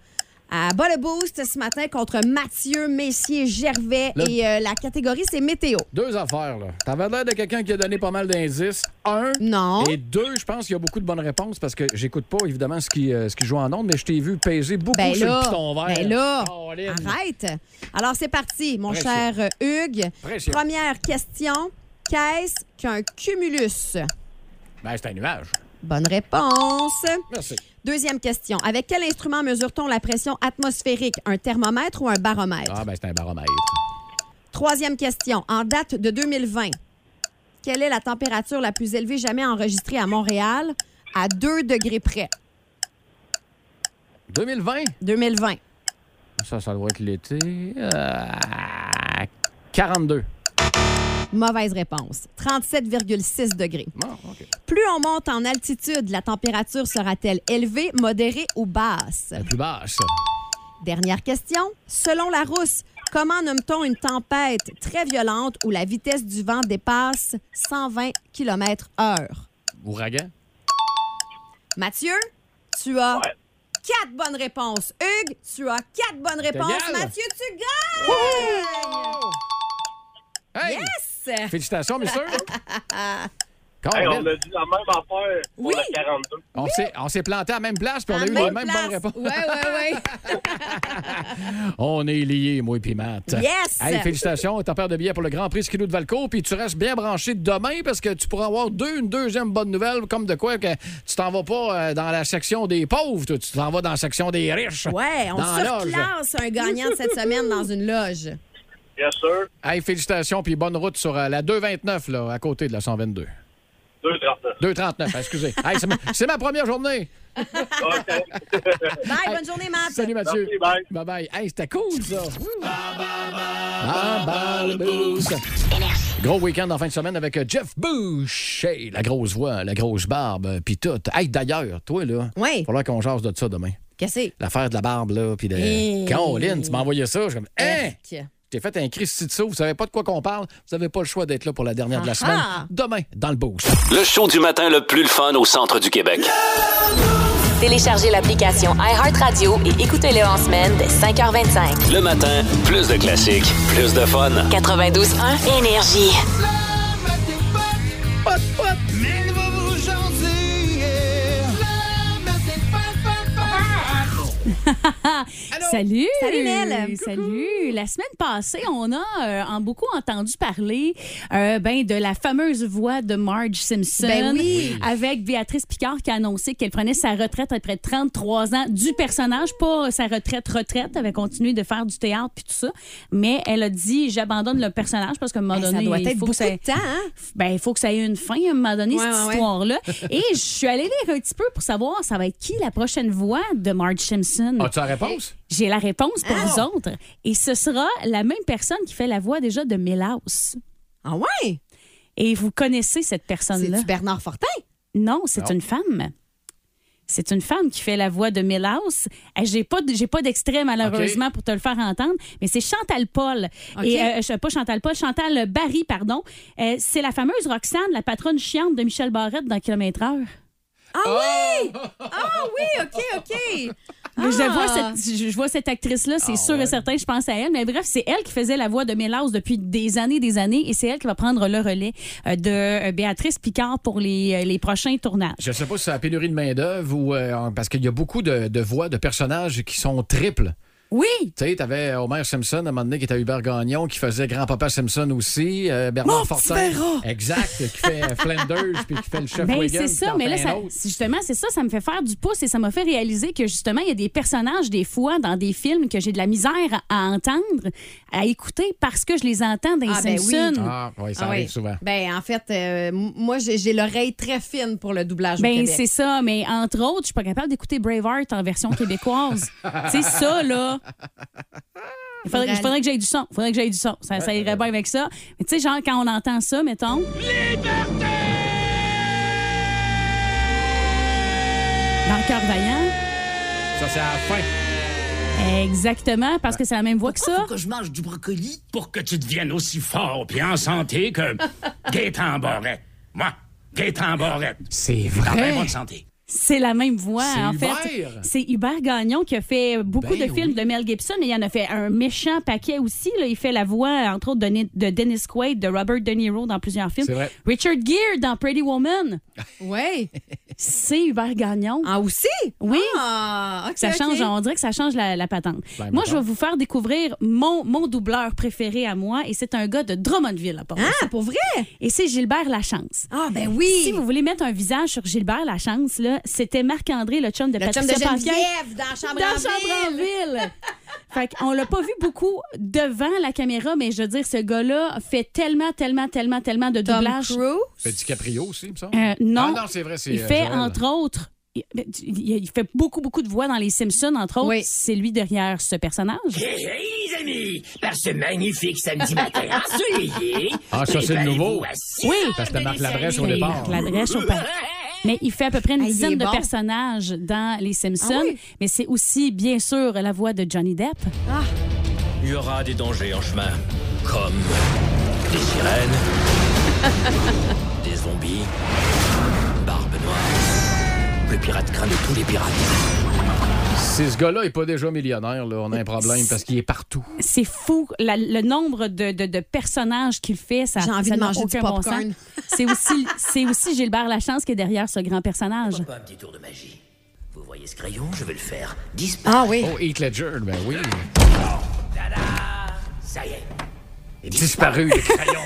Speaker 4: à Bas le Boost ce matin contre Mathieu Messier-Gervais.
Speaker 3: Le-
Speaker 4: Et euh, la catégorie, c'est météo.
Speaker 3: Deux affaires, là. T'avais l'air de quelqu'un qui a donné pas mal d'indices. Un.
Speaker 4: Non.
Speaker 3: Et deux, je pense qu'il y a beaucoup de bonnes réponses parce que j'écoute pas, évidemment, ce qui, euh, ce qui joue en ondes, mais je t'ai vu peser beaucoup
Speaker 4: Ben
Speaker 3: sur
Speaker 4: là,
Speaker 3: le piton vert.
Speaker 4: ben là,
Speaker 3: Caroline.
Speaker 4: arrête. Alors, c'est parti, mon
Speaker 3: Pression.
Speaker 4: cher euh, Hugues.
Speaker 3: Pression.
Speaker 4: Première question. Qu'est-ce qu'un cumulus?
Speaker 3: Ben, c'est un nuage.
Speaker 4: Bonne réponse.
Speaker 3: Merci.
Speaker 4: Deuxième question. Avec quel instrument mesure-t-on la pression atmosphérique? Un thermomètre ou un baromètre?
Speaker 3: Ah, ben, c'est un baromètre.
Speaker 4: Troisième question. En date de 2020, quelle est la température la plus élevée jamais enregistrée à Montréal à 2 degrés près?
Speaker 3: 2020?
Speaker 4: 2020.
Speaker 3: Ça, ça doit être l'été. Euh, 42.
Speaker 4: Mauvaise réponse. 37,6 degrés.
Speaker 3: Bon, OK.
Speaker 4: Plus on monte en altitude, la température sera-t-elle élevée, modérée ou basse?
Speaker 3: La plus basse.
Speaker 4: Dernière question. Selon la rousse, comment nomme-t-on une tempête très violente où la vitesse du vent dépasse 120 km/h?
Speaker 3: Ouragan.
Speaker 4: Mathieu, tu as
Speaker 6: Ouais.
Speaker 4: quatre bonnes réponses. Hugues, tu as quatre bonnes réponses.
Speaker 3: Génial.
Speaker 4: Mathieu, tu gagnes!
Speaker 3: Hey!
Speaker 4: Yes!
Speaker 3: Félicitations,
Speaker 4: [LAUGHS]
Speaker 3: monsieur.
Speaker 6: Hey,
Speaker 3: Colin,
Speaker 6: on a dit la même affaire pour
Speaker 4: Oui.
Speaker 6: le 42.
Speaker 3: on s'est- on s'est planté à la même place puis on a
Speaker 4: En
Speaker 3: eu les mêmes
Speaker 4: place.
Speaker 3: bonnes réponses.
Speaker 4: Ouais, ouais, ouais.
Speaker 3: On est liés, moi et puis Matt.
Speaker 4: Yes!
Speaker 3: Hey, félicitations, t'as paire de billets pour le Grand Prix Skidoo de Valco, puis tu restes bien branché demain parce que tu pourras avoir deux, une deuxième bonne nouvelle, comme de quoi que tu t'en vas pas euh, dans la section des pauvres, toi, tu t'en vas dans la section des riches.
Speaker 4: Ouais, on
Speaker 3: Dans la loge.
Speaker 4: surclasse un gagnant de cette semaine dans une loge.
Speaker 6: Yes, sir.
Speaker 3: Hey, félicitations, puis bonne route sur euh, la 229, là, à côté de la 122.
Speaker 6: 2,39.
Speaker 3: 239, excusez. Hey, c'est ma- c'est ma première journée.
Speaker 4: Bye, bonne journée, Matt.
Speaker 3: Salut Mathieu.
Speaker 6: Merci, bye.
Speaker 3: Bye bye. Hey, c'était cool ça. Ba, ba, le boost. Gros week-end en fin de semaine avec euh, Jeff Bush. Hey, la grosse voix, la grosse barbe, puis tout. Hey, d'ailleurs, toi là,
Speaker 4: Oui.
Speaker 3: faudra qu'on jase de ça demain.
Speaker 4: Qu'est-ce que
Speaker 3: L'affaire de la barbe là, puis de
Speaker 4: Hey.
Speaker 3: Caroline, tu m'as envoyé ça, je suis comme hein.
Speaker 4: c'est? Eric.
Speaker 3: J'ai fait un Christy de saut, vous savez pas de quoi qu'on parle, vous avez pas le choix d'être là pour la dernière de la semaine.
Speaker 4: Ah.
Speaker 3: Demain, dans le boost.
Speaker 2: Le show du matin le plus le fun au centre du Québec.
Speaker 1: Téléchargez l'application iHeartRadio et écoutez-le en semaine dès 5h25.
Speaker 2: Le matin, plus de classiques, plus de fun.
Speaker 1: 92.1 Énergie.
Speaker 7: Salut!
Speaker 4: Salut, Mel.
Speaker 7: Salut! La semaine passée, on a euh, en beaucoup entendu parler euh, ben, de la fameuse voix de Marge Simpson
Speaker 4: Ben oui.
Speaker 7: avec Béatrice Picard qui a annoncé qu'elle prenait sa retraite après 33 ans du personnage, pas sa retraite retraite, elle avait continué de faire du théâtre puis tout ça, mais elle a dit j'abandonne le personnage parce qu'à un moment
Speaker 4: Ben, ça
Speaker 7: donné,
Speaker 4: doit
Speaker 7: il
Speaker 4: être
Speaker 7: faut
Speaker 4: beaucoup
Speaker 7: que ça-
Speaker 4: de temps, hein?
Speaker 7: ben, il faut que ça ait une fin à un moment donné,
Speaker 4: Ouais,
Speaker 7: cette
Speaker 4: ouais, ouais.
Speaker 7: histoire-là. Et je suis allée lire un petit peu pour savoir ça va être qui la prochaine voix de Marge Simpson.
Speaker 3: As-tu la réponse?
Speaker 7: J'ai la réponse pour vous
Speaker 4: Ah!
Speaker 7: autres. Et ce sera la même personne qui fait la voix déjà de Mélaus.
Speaker 4: Ah ouais?
Speaker 7: Et vous connaissez cette personne-là?
Speaker 4: C'est-tu Bernard Fortin?
Speaker 7: Non, c'est une femme. C'est une femme qui fait la voix de Mélaus. Eh, J'ai pas, de- j'ai pas d'extrait malheureusement pour te le faire entendre, mais c'est Chantal Paul.
Speaker 4: OK.
Speaker 7: Et euh, je- pas Chantal Paul, Chantal Barry, pardon. Euh, c'est la fameuse Roxane, la patronne chiante de Michel Barrette dans Kilomètre Heure.
Speaker 4: Ah
Speaker 3: Oh!
Speaker 4: oui! Ah oui, OK, OK.
Speaker 7: Mais Je
Speaker 4: Ah!
Speaker 7: vois cette, je je vois cette actrice-là,
Speaker 3: Ah,
Speaker 7: c'est sûr et certain, je pense à elle. Mais bref, c'est elle qui faisait la voix de Mélaus depuis des années, des années, et c'est elle qui va prendre le relais euh, de euh, Béatrice Picard pour les, euh, les prochains tournages.
Speaker 3: Je sais pas si c'est la pénurie de main-d'œuvre ou. euh, parce qu'il y a beaucoup de, de voix, de personnages qui sont triples.
Speaker 7: Oui!
Speaker 3: Tu sais, t'avais Homer Simpson, à un moment donné, qui était Hubert Gagnon, qui faisait Grand-Papa Simpson aussi, euh, Bernard
Speaker 4: Mon petit
Speaker 3: Fortin.
Speaker 4: Vera!
Speaker 3: Exact, qui fait
Speaker 7: [LAUGHS]
Speaker 3: euh, Flanders, puis qui fait le chef
Speaker 7: Ben,
Speaker 3: Wiggins,
Speaker 7: c'est ça,
Speaker 3: puis
Speaker 7: mais là,
Speaker 3: enfin
Speaker 7: ça-
Speaker 3: un autre.
Speaker 7: c'est justement, c'est ça, ça me fait faire du pouce et ça m'a fait réaliser que justement, il y a des personnages, des fois, dans des films que j'ai de la misère à entendre, à écouter parce que je les entends dans les
Speaker 4: Ah, ben oui.
Speaker 7: Simpsons.
Speaker 3: Ah, oui, ça
Speaker 4: Ah
Speaker 3: arrive
Speaker 4: oui.
Speaker 3: souvent.
Speaker 4: Ben, en fait, euh, m- moi, j'ai j'ai l'oreille très fine pour le doublage au
Speaker 7: Ben,
Speaker 4: Québec.
Speaker 7: c'est ça, mais entre autres, je suis pas capable d'écouter Braveheart en
Speaker 4: [LAUGHS]
Speaker 7: version québécoise. c'est ça, là. Il faudrait, il faudrait que j'aille du son. Il faudrait que j'aille du son. Ça, ça irait bien avec ça. Mais tu sais, genre, quand on entend ça, mettons. Dans Cœur Vaillant.
Speaker 3: Ça, c'est à la fin.
Speaker 7: Exactement, parce que c'est la même voix que ça.
Speaker 8: que je mange du brocoli? Pour que tu deviennes aussi fort puis en santé que Gaétan Barrette. Moi, Gaétan Barrette.
Speaker 3: C'est
Speaker 8: En
Speaker 3: vrai.
Speaker 8: bien bonne santé.
Speaker 7: C'est la même voix,
Speaker 3: C'est
Speaker 7: en fait.
Speaker 3: Hubert.
Speaker 7: C'est Hubert Gagnon qui a fait beaucoup
Speaker 3: Ben
Speaker 7: de films
Speaker 3: oui.
Speaker 7: de Mel Gibson, mais il en a fait un méchant paquet aussi. là. Il fait la voix, entre autres, de, Ni- de Dennis Quaid, de Robert De Niro dans plusieurs films.
Speaker 3: C'est vrai.
Speaker 7: Richard Gere dans Pretty Woman.
Speaker 4: Oui.
Speaker 7: C'est Hubert Gagnon.
Speaker 4: Ah, aussi?
Speaker 7: Oui.
Speaker 4: Ah, OK,
Speaker 7: Ça
Speaker 4: OK.
Speaker 7: change, on dirait que ça change la, la patente.
Speaker 3: Ben,
Speaker 7: moi,
Speaker 3: mettons.
Speaker 7: je vais vous faire découvrir mon, mon doubleur préféré à moi, et c'est un gars de Drummondville, à part de ça.
Speaker 4: Ah, pour vrai?
Speaker 7: Et c'est Gilbert Lachance.
Speaker 4: Ah, ben oui.
Speaker 7: Si vous voulez mettre un visage sur Gilbert Lachance, là, c'était Marc-André, le chum de
Speaker 4: le chum de
Speaker 7: Patricia Paquin.
Speaker 4: Geneviève dans Chambre
Speaker 7: dans Chambre-en-Ville. [LAUGHS] fait qu'on l'a pas vu beaucoup devant la caméra, mais je veux dire, ce gars-là fait tellement, tellement, tellement, tellement de
Speaker 4: Tom
Speaker 7: doublage.
Speaker 4: Cruise.
Speaker 3: C'est DiCaprio aussi, il me semble.
Speaker 7: Euh, non,
Speaker 3: Ah non, c'est vrai, c'est.
Speaker 7: il
Speaker 3: euh,
Speaker 7: fait,
Speaker 3: Joël.
Speaker 7: entre autres, il, il- il fait beaucoup, beaucoup de voix dans Les Simpsons, entre autres.
Speaker 4: Oui.
Speaker 7: C'est lui derrière ce personnage.
Speaker 8: Hé, hé, amis, par ce magnifique samedi matin ensoleillé. eh ben,
Speaker 3: Ah, ça, c'est le nouveau.
Speaker 8: préparez-vous à six
Speaker 7: Oui.
Speaker 8: heures
Speaker 3: Parce que
Speaker 8: de
Speaker 3: Marc Labrèche, au
Speaker 7: C'est
Speaker 3: départ.
Speaker 7: l'adresse au pa- Mais il fait à peu près une
Speaker 4: Ah, il est
Speaker 7: dizaine de
Speaker 4: bon.
Speaker 7: personnages dans Les Simpsons.
Speaker 4: Ah oui?
Speaker 7: Mais c'est aussi, bien sûr, la voix de Johnny Depp.
Speaker 2: Il y aura des dangers en chemin, comme des [LAUGHS] sirènes, des zombies, barbe noire, le pirate craint de tous les pirates.
Speaker 3: Si ce gars-là n'est pas déjà millionnaire, là, on a un problème parce qu'il est partout.
Speaker 7: C'est fou la- le nombre de, de- de personnages qu'il fait. ça-
Speaker 4: J'ai envie
Speaker 7: ça
Speaker 4: de
Speaker 7: n'a
Speaker 4: manger du
Speaker 7: aucun bon
Speaker 4: popcorn.
Speaker 7: sens. C'est aussi, c'est aussi Gilbert Lachance qui est derrière ce grand personnage.
Speaker 8: Pas un petit tour de magie. Vous voyez ce crayon, je vais le faire. Disparaître.
Speaker 4: Ah oui.
Speaker 3: Oh, Heath Ledger, ben oui.
Speaker 8: Ah Ça y est.
Speaker 7: [LAUGHS]
Speaker 3: Disparu.
Speaker 8: [LAUGHS] Crayon.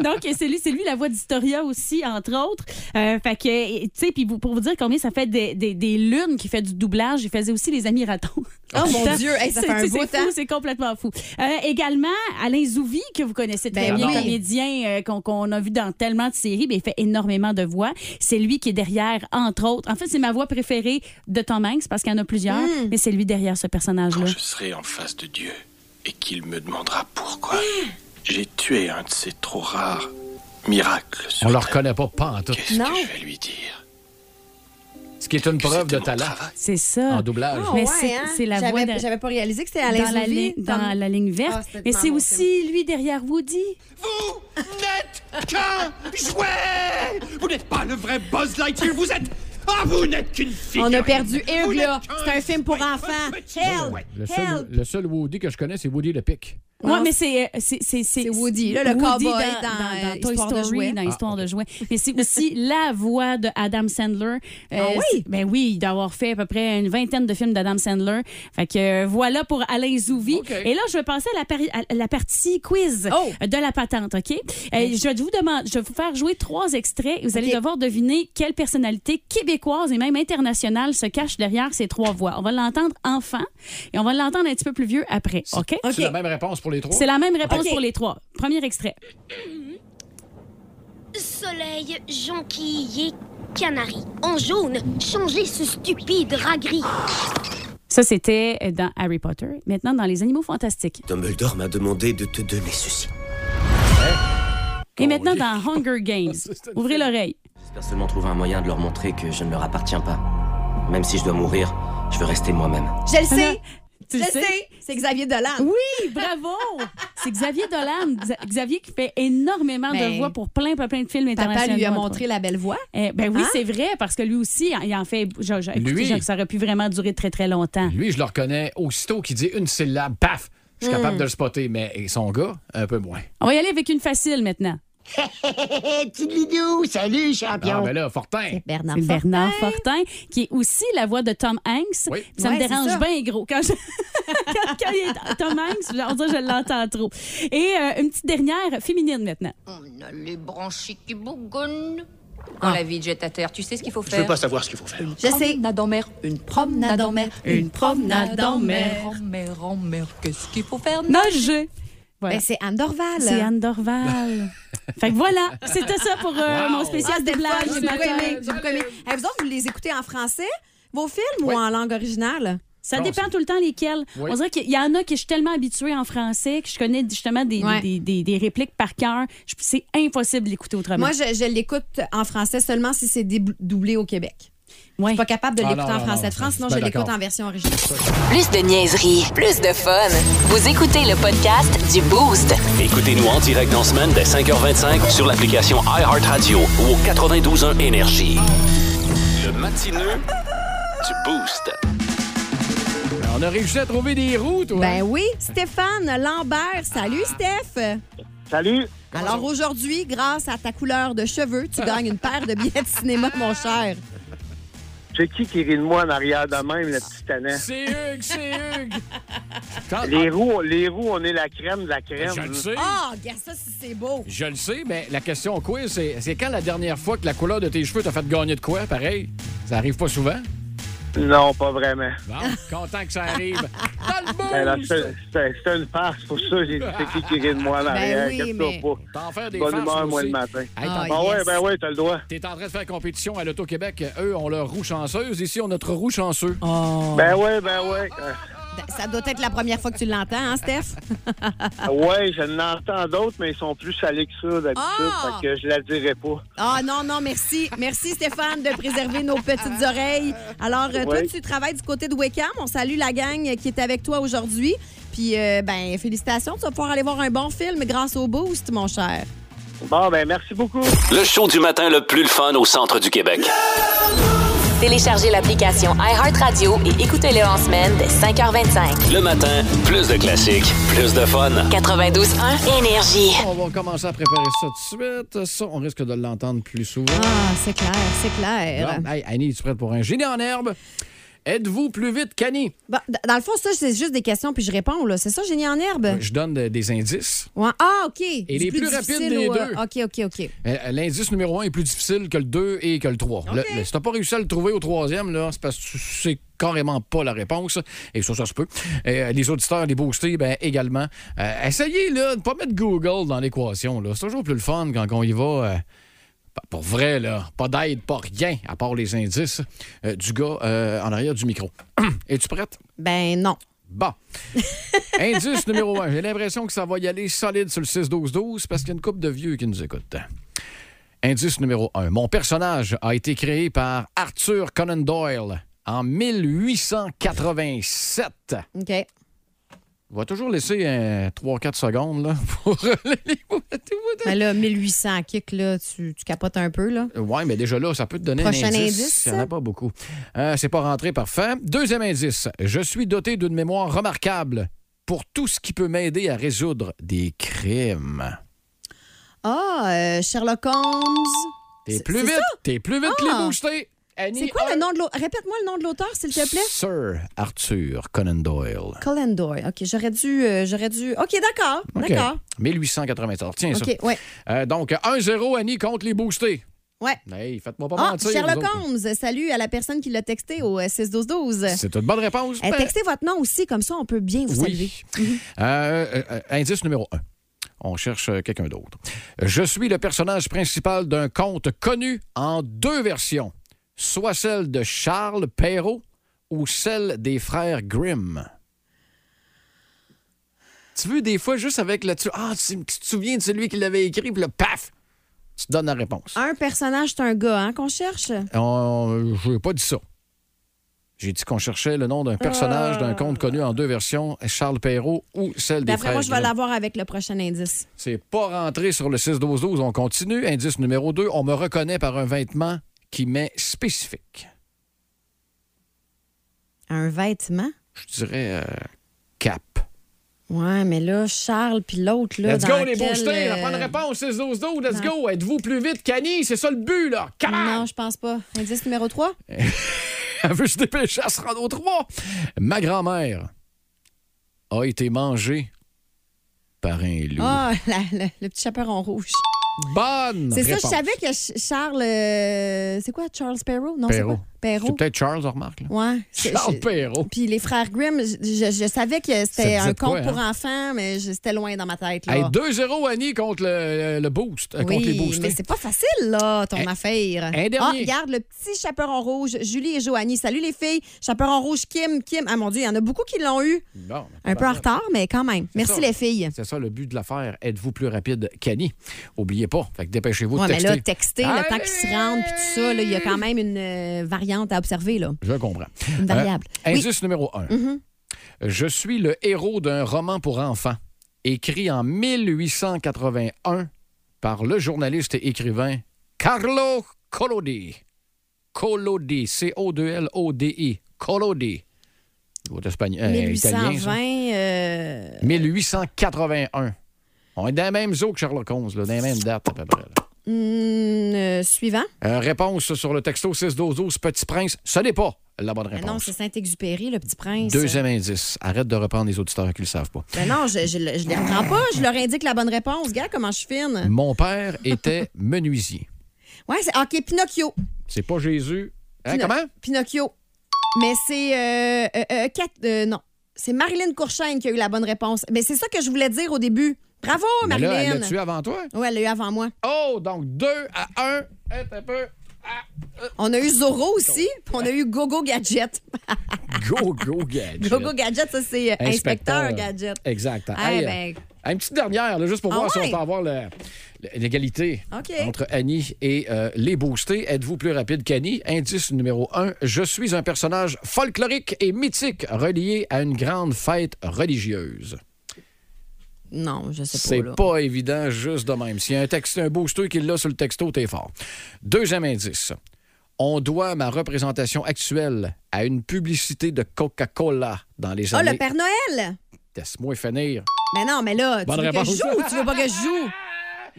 Speaker 7: Donc, c'est lui, c'est lui la voix d'Historia aussi, entre autres. Euh, fait que, tu sais, puis vous- pour vous dire combien ça fait des, des- des lunes qui fait du doublage, il faisait aussi les Amis ratons.
Speaker 4: Oh,
Speaker 7: [LAUGHS]
Speaker 4: mon Dieu, hey, ça
Speaker 7: C'est-
Speaker 4: fait un
Speaker 7: tu sais,
Speaker 4: bout,
Speaker 7: C'est
Speaker 4: hein?
Speaker 7: fou, c'est complètement fou. Euh, également, Alain Zouvi, que vous connaissez très
Speaker 4: Ben
Speaker 7: bien,
Speaker 4: oui.
Speaker 7: comédien euh, qu'on qu'on a vu dans tellement de séries, ben, il fait énormément de voix. C'est lui qui est derrière, entre autres. En fait, c'est ma voix préférée de Tom Hanks parce qu'il y en a plusieurs,
Speaker 4: Hmm.
Speaker 7: mais c'est lui derrière ce
Speaker 4: Oh,
Speaker 7: personnage-là.
Speaker 9: Je serai en face de Dieu et qu'il me demandera pourquoi j'ai tué un de ces trop rares miracles sur
Speaker 3: On le
Speaker 9: terre.
Speaker 3: reconnaît pas, pas en tout.
Speaker 9: Qu'est-ce
Speaker 4: Non.
Speaker 9: que je vais lui dire
Speaker 3: Ce qui est une
Speaker 9: Que
Speaker 3: preuve
Speaker 9: c'était
Speaker 3: de
Speaker 9: mon
Speaker 3: talent
Speaker 9: travail.
Speaker 7: C'est ça.
Speaker 3: en doublage.
Speaker 4: Ah
Speaker 7: Mais
Speaker 4: ouais,
Speaker 7: c'est-
Speaker 4: hein?
Speaker 7: c'est la
Speaker 4: J'avais-
Speaker 7: voix de-
Speaker 4: J'avais pas réalisé que c'était Alain
Speaker 7: dans, la,
Speaker 4: Zouvi,
Speaker 7: ligne- dans
Speaker 4: comme-
Speaker 7: la ligne
Speaker 4: Ah,
Speaker 7: verte.
Speaker 4: c'était
Speaker 7: mais
Speaker 4: tellement
Speaker 7: c'est
Speaker 4: bon
Speaker 7: aussi lui derrière Woody.
Speaker 9: Vous n'êtes qu'un jouet Vous n'êtes pas le vrai Buzz Lightyear, vous êtes... Ah, vous n'êtes qu'une fille
Speaker 4: On a perdu Irgla. C'est un film pour enfants. Hell!
Speaker 3: Le seul,
Speaker 4: Hell!
Speaker 3: le seul Woody que je connais, c'est Woody le Pic.
Speaker 7: Oui, mais c'est euh, c'est- c'est- c'est-
Speaker 4: Woody, là, le
Speaker 7: Woody
Speaker 4: cowboy
Speaker 7: dans,
Speaker 4: dans,
Speaker 7: dans- dans
Speaker 4: euh,
Speaker 7: Toy
Speaker 4: Histoire de
Speaker 7: Story, Ah.
Speaker 4: jouets.
Speaker 7: dans Histoire de jouets. Mais c'est aussi [LAUGHS] la voix de Adam Sandler. Euh,
Speaker 4: Ah oui?
Speaker 7: c'est- Ben oui, d'avoir fait à peu près une vingtaine de films d'Adam Sandler. Fait que euh, voilà pour Alain Zouvi.
Speaker 3: OK.
Speaker 7: Et là, je vais passer à la, pari- à la partie quiz
Speaker 4: Oh!
Speaker 7: de la patente, OK? Euh, je vais vous demander, je vais vous faire jouer trois extraits. Vous allez
Speaker 4: OK.
Speaker 7: devoir deviner quelle personnalité québécoise et même internationale se cache derrière ces trois voix. On va l'entendre enfant et on va l'entendre un petit peu plus vieux après, OK?
Speaker 3: C'est la même réponse pour les trois.
Speaker 7: C'est la même réponse
Speaker 4: Ok.
Speaker 7: pour les trois. Premier extrait.
Speaker 9: Soleil, jonquille canari. En jaune, changez ce stupide ragri.
Speaker 8: Oh,
Speaker 7: Ça, c'était dans Harry Potter. Maintenant, dans Les Animaux Fantastiques.
Speaker 8: Dumbledore m'a demandé de te donner ceci.
Speaker 7: Et maintenant, dans Hunger
Speaker 3: [LAUGHS]
Speaker 7: Games. Ouvrez l'oreille.
Speaker 8: J'espère seulement trouver un moyen de leur montrer que je ne leur appartiens pas. Même si je dois mourir, je veux rester moi-même.
Speaker 4: Je le sais!
Speaker 7: Tu
Speaker 4: Je le sais! C'est Xavier Dolan.
Speaker 7: Oui, bravo! C'est Xavier Dolan. Xa- Xavier qui fait énormément
Speaker 4: Mais-
Speaker 7: de voix pour plein, plein, plein de films
Speaker 4: Ben, Papa
Speaker 7: internationaux.
Speaker 4: lui a
Speaker 7: entre
Speaker 4: montré la belle voix.
Speaker 7: autres. Eh, ben oui,
Speaker 4: Hein?
Speaker 7: c'est vrai, parce que lui aussi, il en fait. je- je- écoutez,
Speaker 3: Lui.
Speaker 7: je- ça aurait pu vraiment durer très, très longtemps.
Speaker 3: Lui, je le reconnais aussitôt qu'il dit une syllabe, paf! Je suis
Speaker 4: Hmm.
Speaker 3: capable de le spotter, mais son gars, un peu moins.
Speaker 7: On va y aller avec une facile maintenant.
Speaker 3: Ah, mais là, Fortin!
Speaker 4: Bernard
Speaker 7: C'est
Speaker 4: Fortin.
Speaker 7: Bernard Fortin, qui est aussi la voix de Tom Hanks.
Speaker 3: Oui.
Speaker 7: Ça
Speaker 4: Ouais, c'est
Speaker 7: me
Speaker 4: ça.
Speaker 7: dérange bien gros. Quand, je- [LAUGHS] quand- quand il est Tom Hanks, on dirait que je l'entends trop. Et euh, une petite dernière féminine maintenant.
Speaker 9: On a les branchies qui bougonnent. Quand la vie jette à terre, tu sais ce qu'il faut faire
Speaker 5: savoir ce qu'il faut faire.
Speaker 4: Je sais.
Speaker 9: Promenade en mer, une promenade en mer,
Speaker 4: Une promenade en mer.
Speaker 9: En mer, en mer, qu'est-ce qu'il faut faire
Speaker 7: Nager. Voilà.
Speaker 4: Ben, c'est Anne Dorval.
Speaker 7: C'est
Speaker 3: [LAUGHS]
Speaker 7: Anne Dorval. fait que voilà, c'était ça pour euh, mon
Speaker 4: Ah,
Speaker 7: spécial
Speaker 4: c'était le
Speaker 7: doublage.
Speaker 4: fun, j'ai
Speaker 7: du
Speaker 4: beaucoup
Speaker 7: matin.
Speaker 4: aimé, j'ai beaucoup aimé. Hey, vous autres, vous les écoutez en français, vos films,
Speaker 3: Oui.
Speaker 4: ou en langue originale?
Speaker 7: Ça
Speaker 3: Bon,
Speaker 7: dépend tout le temps lesquels.
Speaker 3: Oui.
Speaker 7: On dirait qu'il y en a que je suis tellement habituée en français que je connais justement des,
Speaker 4: Ouais.
Speaker 7: des, des- des répliques par cœur. Je- C'est impossible de l'écouter autrement.
Speaker 4: Moi, je, je l'écoute en français seulement si c'est dé- doublé au Québec. Je
Speaker 7: Ouais.
Speaker 4: suis pas capable de
Speaker 3: Ah,
Speaker 4: l'écouter
Speaker 3: non,
Speaker 4: en
Speaker 3: non,
Speaker 4: français
Speaker 3: non,
Speaker 4: de France,
Speaker 3: je
Speaker 4: sinon
Speaker 3: suis
Speaker 4: je
Speaker 3: bien
Speaker 4: l'écoute
Speaker 3: d'accord.
Speaker 4: en version originale.
Speaker 1: Plus de niaiserie, plus de fun. Vous écoutez le podcast du Boost.
Speaker 2: Écoutez-nous en direct dans la semaine dès 5h25 sur l'application iHeartRadio ou au 92.1 Énergie. Le matineux du Boost.
Speaker 3: On a réussi à trouver des roues, toi!
Speaker 4: Ben oui, Stéphane Lambert. Salut, Steph.
Speaker 6: Salut.
Speaker 4: Alors aujourd'hui, grâce à ta couleur de cheveux, tu gagnes une paire de billets de cinéma, mon cher.
Speaker 6: C'est qui qui rit de moi en arrière de même, le petit tannant?
Speaker 3: C'est Hugues, c'est
Speaker 6: [LAUGHS]
Speaker 3: Hugues!
Speaker 6: Les roues, les roues, on est la crème de la crème.
Speaker 3: Je le sais,
Speaker 4: Ah, regarde ça, si c'est beau.
Speaker 3: je le sais, mais la question quiz, c'est c'est quand la dernière fois que la couleur de tes cheveux t'a fait gagner de quoi, pareil? Ça arrive pas souvent?
Speaker 6: Non, pas vraiment.
Speaker 4: [LAUGHS]
Speaker 3: Bon, content que ça arrive. Dans le
Speaker 6: Ben, là,
Speaker 3: boost!
Speaker 6: C'est c'est- c'est une farce pour ça, j'ai dit c'est qui qui rit de moi en arrière.
Speaker 4: Ben oui,
Speaker 6: Qu'est-ce que
Speaker 4: mais-
Speaker 6: t'as pas?
Speaker 3: T'en faire des
Speaker 6: Bonne
Speaker 3: farces,
Speaker 6: humeur,
Speaker 3: toi
Speaker 6: moi,
Speaker 3: aussi.
Speaker 6: le matin.
Speaker 3: Hey, t'en-
Speaker 4: Ah,
Speaker 6: Oh. Ah ouais,
Speaker 4: Eh, oh, yes.
Speaker 6: ben ouais, t'as le droit.
Speaker 3: T'es en train de faire compétition à l'Auto-Québec. Eux ont leur roue chanceuse. Ici, on a notre roue chanceux.
Speaker 4: [LAUGHS]
Speaker 6: Ben ouais, ben ouais.
Speaker 4: Ça doit être la première fois que tu l'entends, hein, Steph?
Speaker 6: Ah Ouais, je l'entends d'autres, mais ils sont plus salés que ça d'habitude,
Speaker 4: Ah!
Speaker 6: fait que je la dirai pas.
Speaker 4: Ah non, non, merci. Merci, Stéphane, de préserver nos petites oreilles. Alors, euh, toi,
Speaker 6: Oui.
Speaker 4: tu travailles du côté de Wickham. On salue la gang qui est avec toi aujourd'hui. Puis, euh, ben, félicitations. Tu vas pouvoir aller voir un bon film grâce au Boost, mon cher.
Speaker 6: Bon, ben merci beaucoup.
Speaker 10: Le show du matin le plus le fun au centre du Québec.
Speaker 1: Téléchargez l'application iHeartRadio et écoutez-le en semaine dès 5h25.
Speaker 10: Le matin, plus de classiques, plus de fun.
Speaker 1: 92.1 Énergie.
Speaker 3: On va commencer à préparer ça tout de suite. Ça, on risque de l'entendre plus souvent.
Speaker 4: Ah, eh c'est clair, c'est clair.
Speaker 3: Bon, hey, Annie, es-tu prête pour un génie en herbe? Êtes-vous plus vite qu'Annie?
Speaker 4: Bon, Bah, d- dans le fond, ça, c'est juste des questions, puis je réponds, là. C'est ça, génie en herbe?
Speaker 3: Je donne de- des indices.
Speaker 4: Ouais. Ah, OK.
Speaker 3: Et les plus rapides des deux.
Speaker 4: OK, OK, OK.
Speaker 3: Euh, L'indice numéro 1 est plus difficile que le 2 et que le 3. Le- le- si t'as pas réussi à le trouver au troisième, là, c'est parce que tu sais carrément pas la réponse. Et ça, ça se peut. Et, euh, les auditeurs, les boostés, ben, également. Euh, essayez là, de ne pas mettre Google dans l'équation. là. C'est toujours plus le fun quand on y va. euh, pas- pour vrai, là. Pas d'aide, pas rien, à part les indices euh, du gars euh, en arrière du micro. [CLEARS THROAT] Es-tu prête?
Speaker 4: Ben non.
Speaker 3: Bon. [LAUGHS] Indice numéro un. J'ai l'impression que ça va y aller solide sur le 6-12-12 parce qu'il y a une couple de vieux qui nous écoutent. Indice numéro un. Mon personnage a été créé par Arthur Conan Doyle en 1887.
Speaker 4: OK.
Speaker 3: On va toujours laisser un 3-4 secondes là, [LAUGHS] pour les
Speaker 4: Ben là, 1800 kick, là, tu, tu capotes un peu, là.
Speaker 3: Oui, Euh, mais déjà là, ça peut te donner
Speaker 4: Prochain
Speaker 3: un indice.
Speaker 4: indice.
Speaker 3: Il n'y en a pas beaucoup. Euh, c'est pas rentré, parfait. Deuxième indice. Je suis doté d'une mémoire remarquable pour tout ce qui peut m'aider à résoudre des crimes.
Speaker 4: Ah, euh, Sherlock Holmes.
Speaker 3: T'es
Speaker 4: C'est-
Speaker 3: plus
Speaker 4: c'est
Speaker 3: vite.
Speaker 4: ça?
Speaker 3: T'es plus vite que
Speaker 4: Ah!
Speaker 3: les boostés. Annie,
Speaker 4: C'est quoi le nom de l'auteur? Répète-moi le nom de l'auteur, s'il te plaît.
Speaker 3: Sir Arthur Conan Doyle.
Speaker 4: Colin Doyle. OK, j'aurais dû, euh, j'aurais dû... OK, d'accord,
Speaker 3: OK.
Speaker 4: d'accord.
Speaker 3: 1894. Tiens ça.
Speaker 4: OK, ouais.
Speaker 3: Euh, donc, 1-0, Annie, contre les boostés.
Speaker 4: Ouais.
Speaker 3: Hey, faites-moi pas
Speaker 4: Ah,
Speaker 3: mentir.
Speaker 4: Sherlock
Speaker 3: vous autres.
Speaker 4: Holmes, salut à la personne qui l'a texté au euh, 6-12-12.
Speaker 3: C'est une bonne réponse.
Speaker 4: Eh,
Speaker 3: Ben,
Speaker 4: textez votre nom aussi, comme ça on peut bien vous saluer.
Speaker 3: Oui. Euh, euh, euh, indice numéro 1. On cherche euh, quelqu'un d'autre. Je suis le personnage principal d'un conte connu en deux versions, soit celle de Charles Perrault ou celle des frères Grimm. Tu veux des fois juste avec le tu ah tu, tu te souviens de celui qui l'avait écrit puis le paf tu te donnes la réponse.
Speaker 4: Un personnage, c'est un gars hein, qu'on cherche.
Speaker 3: On- Euh, je n'ai pas dit ça. J'ai dit qu'on cherchait le nom
Speaker 4: Euh.
Speaker 3: d'un personnage d'un conte connu en deux versions, Charles Perrault ou celle des
Speaker 4: D'après
Speaker 3: frères
Speaker 4: moi, je vais
Speaker 3: Grimm.
Speaker 4: l'avoir avec le prochain indice.
Speaker 3: C'est pas rentré sur le 6-12-12. On continue. Indice numéro 2. On me reconnaît par un vêtement qui m'est spécifique.
Speaker 4: Un vêtement?
Speaker 3: Je dirais euh, cap.
Speaker 4: Ouais, mais là, Charles puis l'autre, là,
Speaker 3: Let's
Speaker 4: dans
Speaker 3: go, les
Speaker 4: lequel,
Speaker 3: beaux jetés.
Speaker 4: euh,
Speaker 3: La bonne réponse, 6-12-12. Let's go. Êtes-vous plus vite qu'Annie? C'est ça le but, là. Come on! [LAUGHS] Eh
Speaker 4: Non, je pense pas. Indice numéro 3?
Speaker 3: Elle veut se dépêcher à se rendre au 3. Ma grand-mère a été mangée par un loup.
Speaker 4: Ah, [LAUGHS] la- la- le petit chaperon rouge.
Speaker 3: Bonne
Speaker 4: C'est ça, je
Speaker 3: réponse.
Speaker 4: savais que Ch- Charles. euh, c'est quoi, Charles Perrault? Non, c'est
Speaker 3: Perrault.
Speaker 4: pas. Perrault.
Speaker 3: C'est peut-être Charles, on remarque. là.
Speaker 4: Ouais. c'est-
Speaker 3: Charles
Speaker 4: je-
Speaker 3: Perrault.
Speaker 4: Puis les frères Grimm, je, je- je savais que c'était
Speaker 3: Ça disait de
Speaker 4: un
Speaker 3: quoi,
Speaker 4: conte pour
Speaker 3: hein?
Speaker 4: enfants, mais je- c'était loin dans ma tête. Là.
Speaker 3: Hey, 2-0, Annie, contre le, le boost. euh, contre les
Speaker 4: oui,
Speaker 3: boostés.
Speaker 4: mais c'est pas facile, là, ton affaire.
Speaker 3: un dernier.
Speaker 4: Ah, regarde, le petit chaperon rouge, Julie et Joanie. Salut les filles. Chaperon rouge, Kim, Kim. Ah mon Dieu, il y en a beaucoup qui l'ont eu.
Speaker 3: Bon,
Speaker 4: Un peu en retard, mais quand même. Merci
Speaker 3: ça.
Speaker 4: les filles.
Speaker 3: C'est ça le but de l'affaire. Êtes-vous plus rapide qu'Annie? Oubliez pas. Fait que dépêchez-vous
Speaker 4: Ouais,
Speaker 3: de
Speaker 4: mais
Speaker 3: texter.
Speaker 4: là, texter, le temps qu'ils se rendent, puis tout ça, là, il y a quand même une euh, variante à observer, là.
Speaker 3: Je comprends.
Speaker 4: Une variable.
Speaker 3: Euh,
Speaker 4: Oui.
Speaker 3: indice numéro 1.
Speaker 4: Mhm.
Speaker 3: Je suis le héros d'un roman pour enfants écrit en 1881 par le journaliste et écrivain Carlo Collodi. Collodi, C-O-D-L-O-D-I. Collodi. Ou d'espagnol- euh, italien, ça.
Speaker 4: 1820. euh,
Speaker 3: 1881. On est dans la même eaux que Sherlock Holmes, là, dans la même date à peu près. là.
Speaker 4: hmm, euh, suivant.
Speaker 3: Euh, réponse sur le texto 61212, Petit Prince, ce n'est pas la bonne
Speaker 4: Ah non,
Speaker 3: réponse.
Speaker 4: c'est Saint-Exupéry, le petit prince.
Speaker 3: Deuxième indice. Arrête de reprendre les auditeurs qui ne le savent pas.
Speaker 4: Ben non, je, je, le- je les reprends pas. Je leur indique la bonne réponse. Regarde comment je suis fine.
Speaker 3: Mon père [LAUGHS] était menuisier.
Speaker 4: Ouais, c'est. OK, Pinocchio.
Speaker 3: C'est pas Jésus. Hein,
Speaker 4: Pino-
Speaker 3: comment?
Speaker 4: Pinocchio. Mais c'est. euh, euh, euh, Cat- euh, non. C'est Marilyn Courchaine qui a eu la bonne réponse. Mais c'est ça que je voulais dire au début. Bravo,
Speaker 3: Mais là, elle
Speaker 4: Marilyn.
Speaker 3: l'a tué avant toi.
Speaker 4: Oui, elle l'a eu avant moi.
Speaker 3: Oh, donc 2 à 1.
Speaker 4: On a eu Zorro aussi, puis on a eu Gogo Gadget. [LAUGHS]
Speaker 3: Gogo Gadget.
Speaker 4: Gogo Gadget, ça, c'est euh, inspecteur. Gadget.
Speaker 3: Exact.
Speaker 4: Ah,
Speaker 3: Hey,
Speaker 4: ben.
Speaker 3: euh, Une petite dernière, là, juste pour
Speaker 4: Ah
Speaker 3: voir
Speaker 4: ouais?
Speaker 3: si on peut avoir le- le- l'égalité
Speaker 4: OK.
Speaker 3: entre Annie et euh, les boostés. Êtes-vous plus rapide qu'Annie? Indice numéro 1. Je suis un personnage folklorique et mythique relié à une grande fête religieuse.
Speaker 4: Non, je sais pas.
Speaker 3: C'est
Speaker 4: là.
Speaker 3: pas évident juste de même. S'il y a un, texte, un booster qui l'a sur le texto, t'es fort. Deuxième indice. On doit ma représentation actuelle à une publicité de Coca-Cola dans les
Speaker 4: Ah,
Speaker 3: années...
Speaker 4: le Père Noël!
Speaker 3: Laisse-moi finir.
Speaker 4: Mais non, mais là, tu
Speaker 3: Bonne
Speaker 4: veux que je
Speaker 3: réponse.
Speaker 4: joue ou tu veux pas que je joue?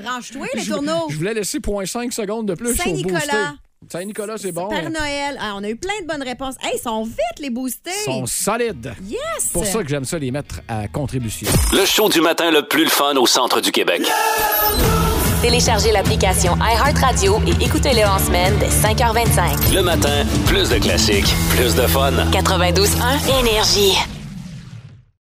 Speaker 4: Branche-toi, les
Speaker 3: Je-
Speaker 4: tourneaux.
Speaker 3: Je voulais laisser 0.5 secondes de plus au
Speaker 4: Saint-Nicolas.
Speaker 3: boosté. Saint-Nicolas, c'est bon.
Speaker 4: Père Noël. Ah, on a eu plein de bonnes réponses. Hey, ils sont vite, les boostés.
Speaker 3: Ils sont solides.
Speaker 4: Yes!
Speaker 3: Pour ça que j'aime ça les mettre à contribution.
Speaker 10: Le show du matin le plus fun au centre du Québec.
Speaker 1: Téléchargez l'application iHeartRadio et écoutez-le en semaine dès 5h25.
Speaker 10: Le matin, plus de classiques, plus de fun.
Speaker 1: 92.1 Énergie.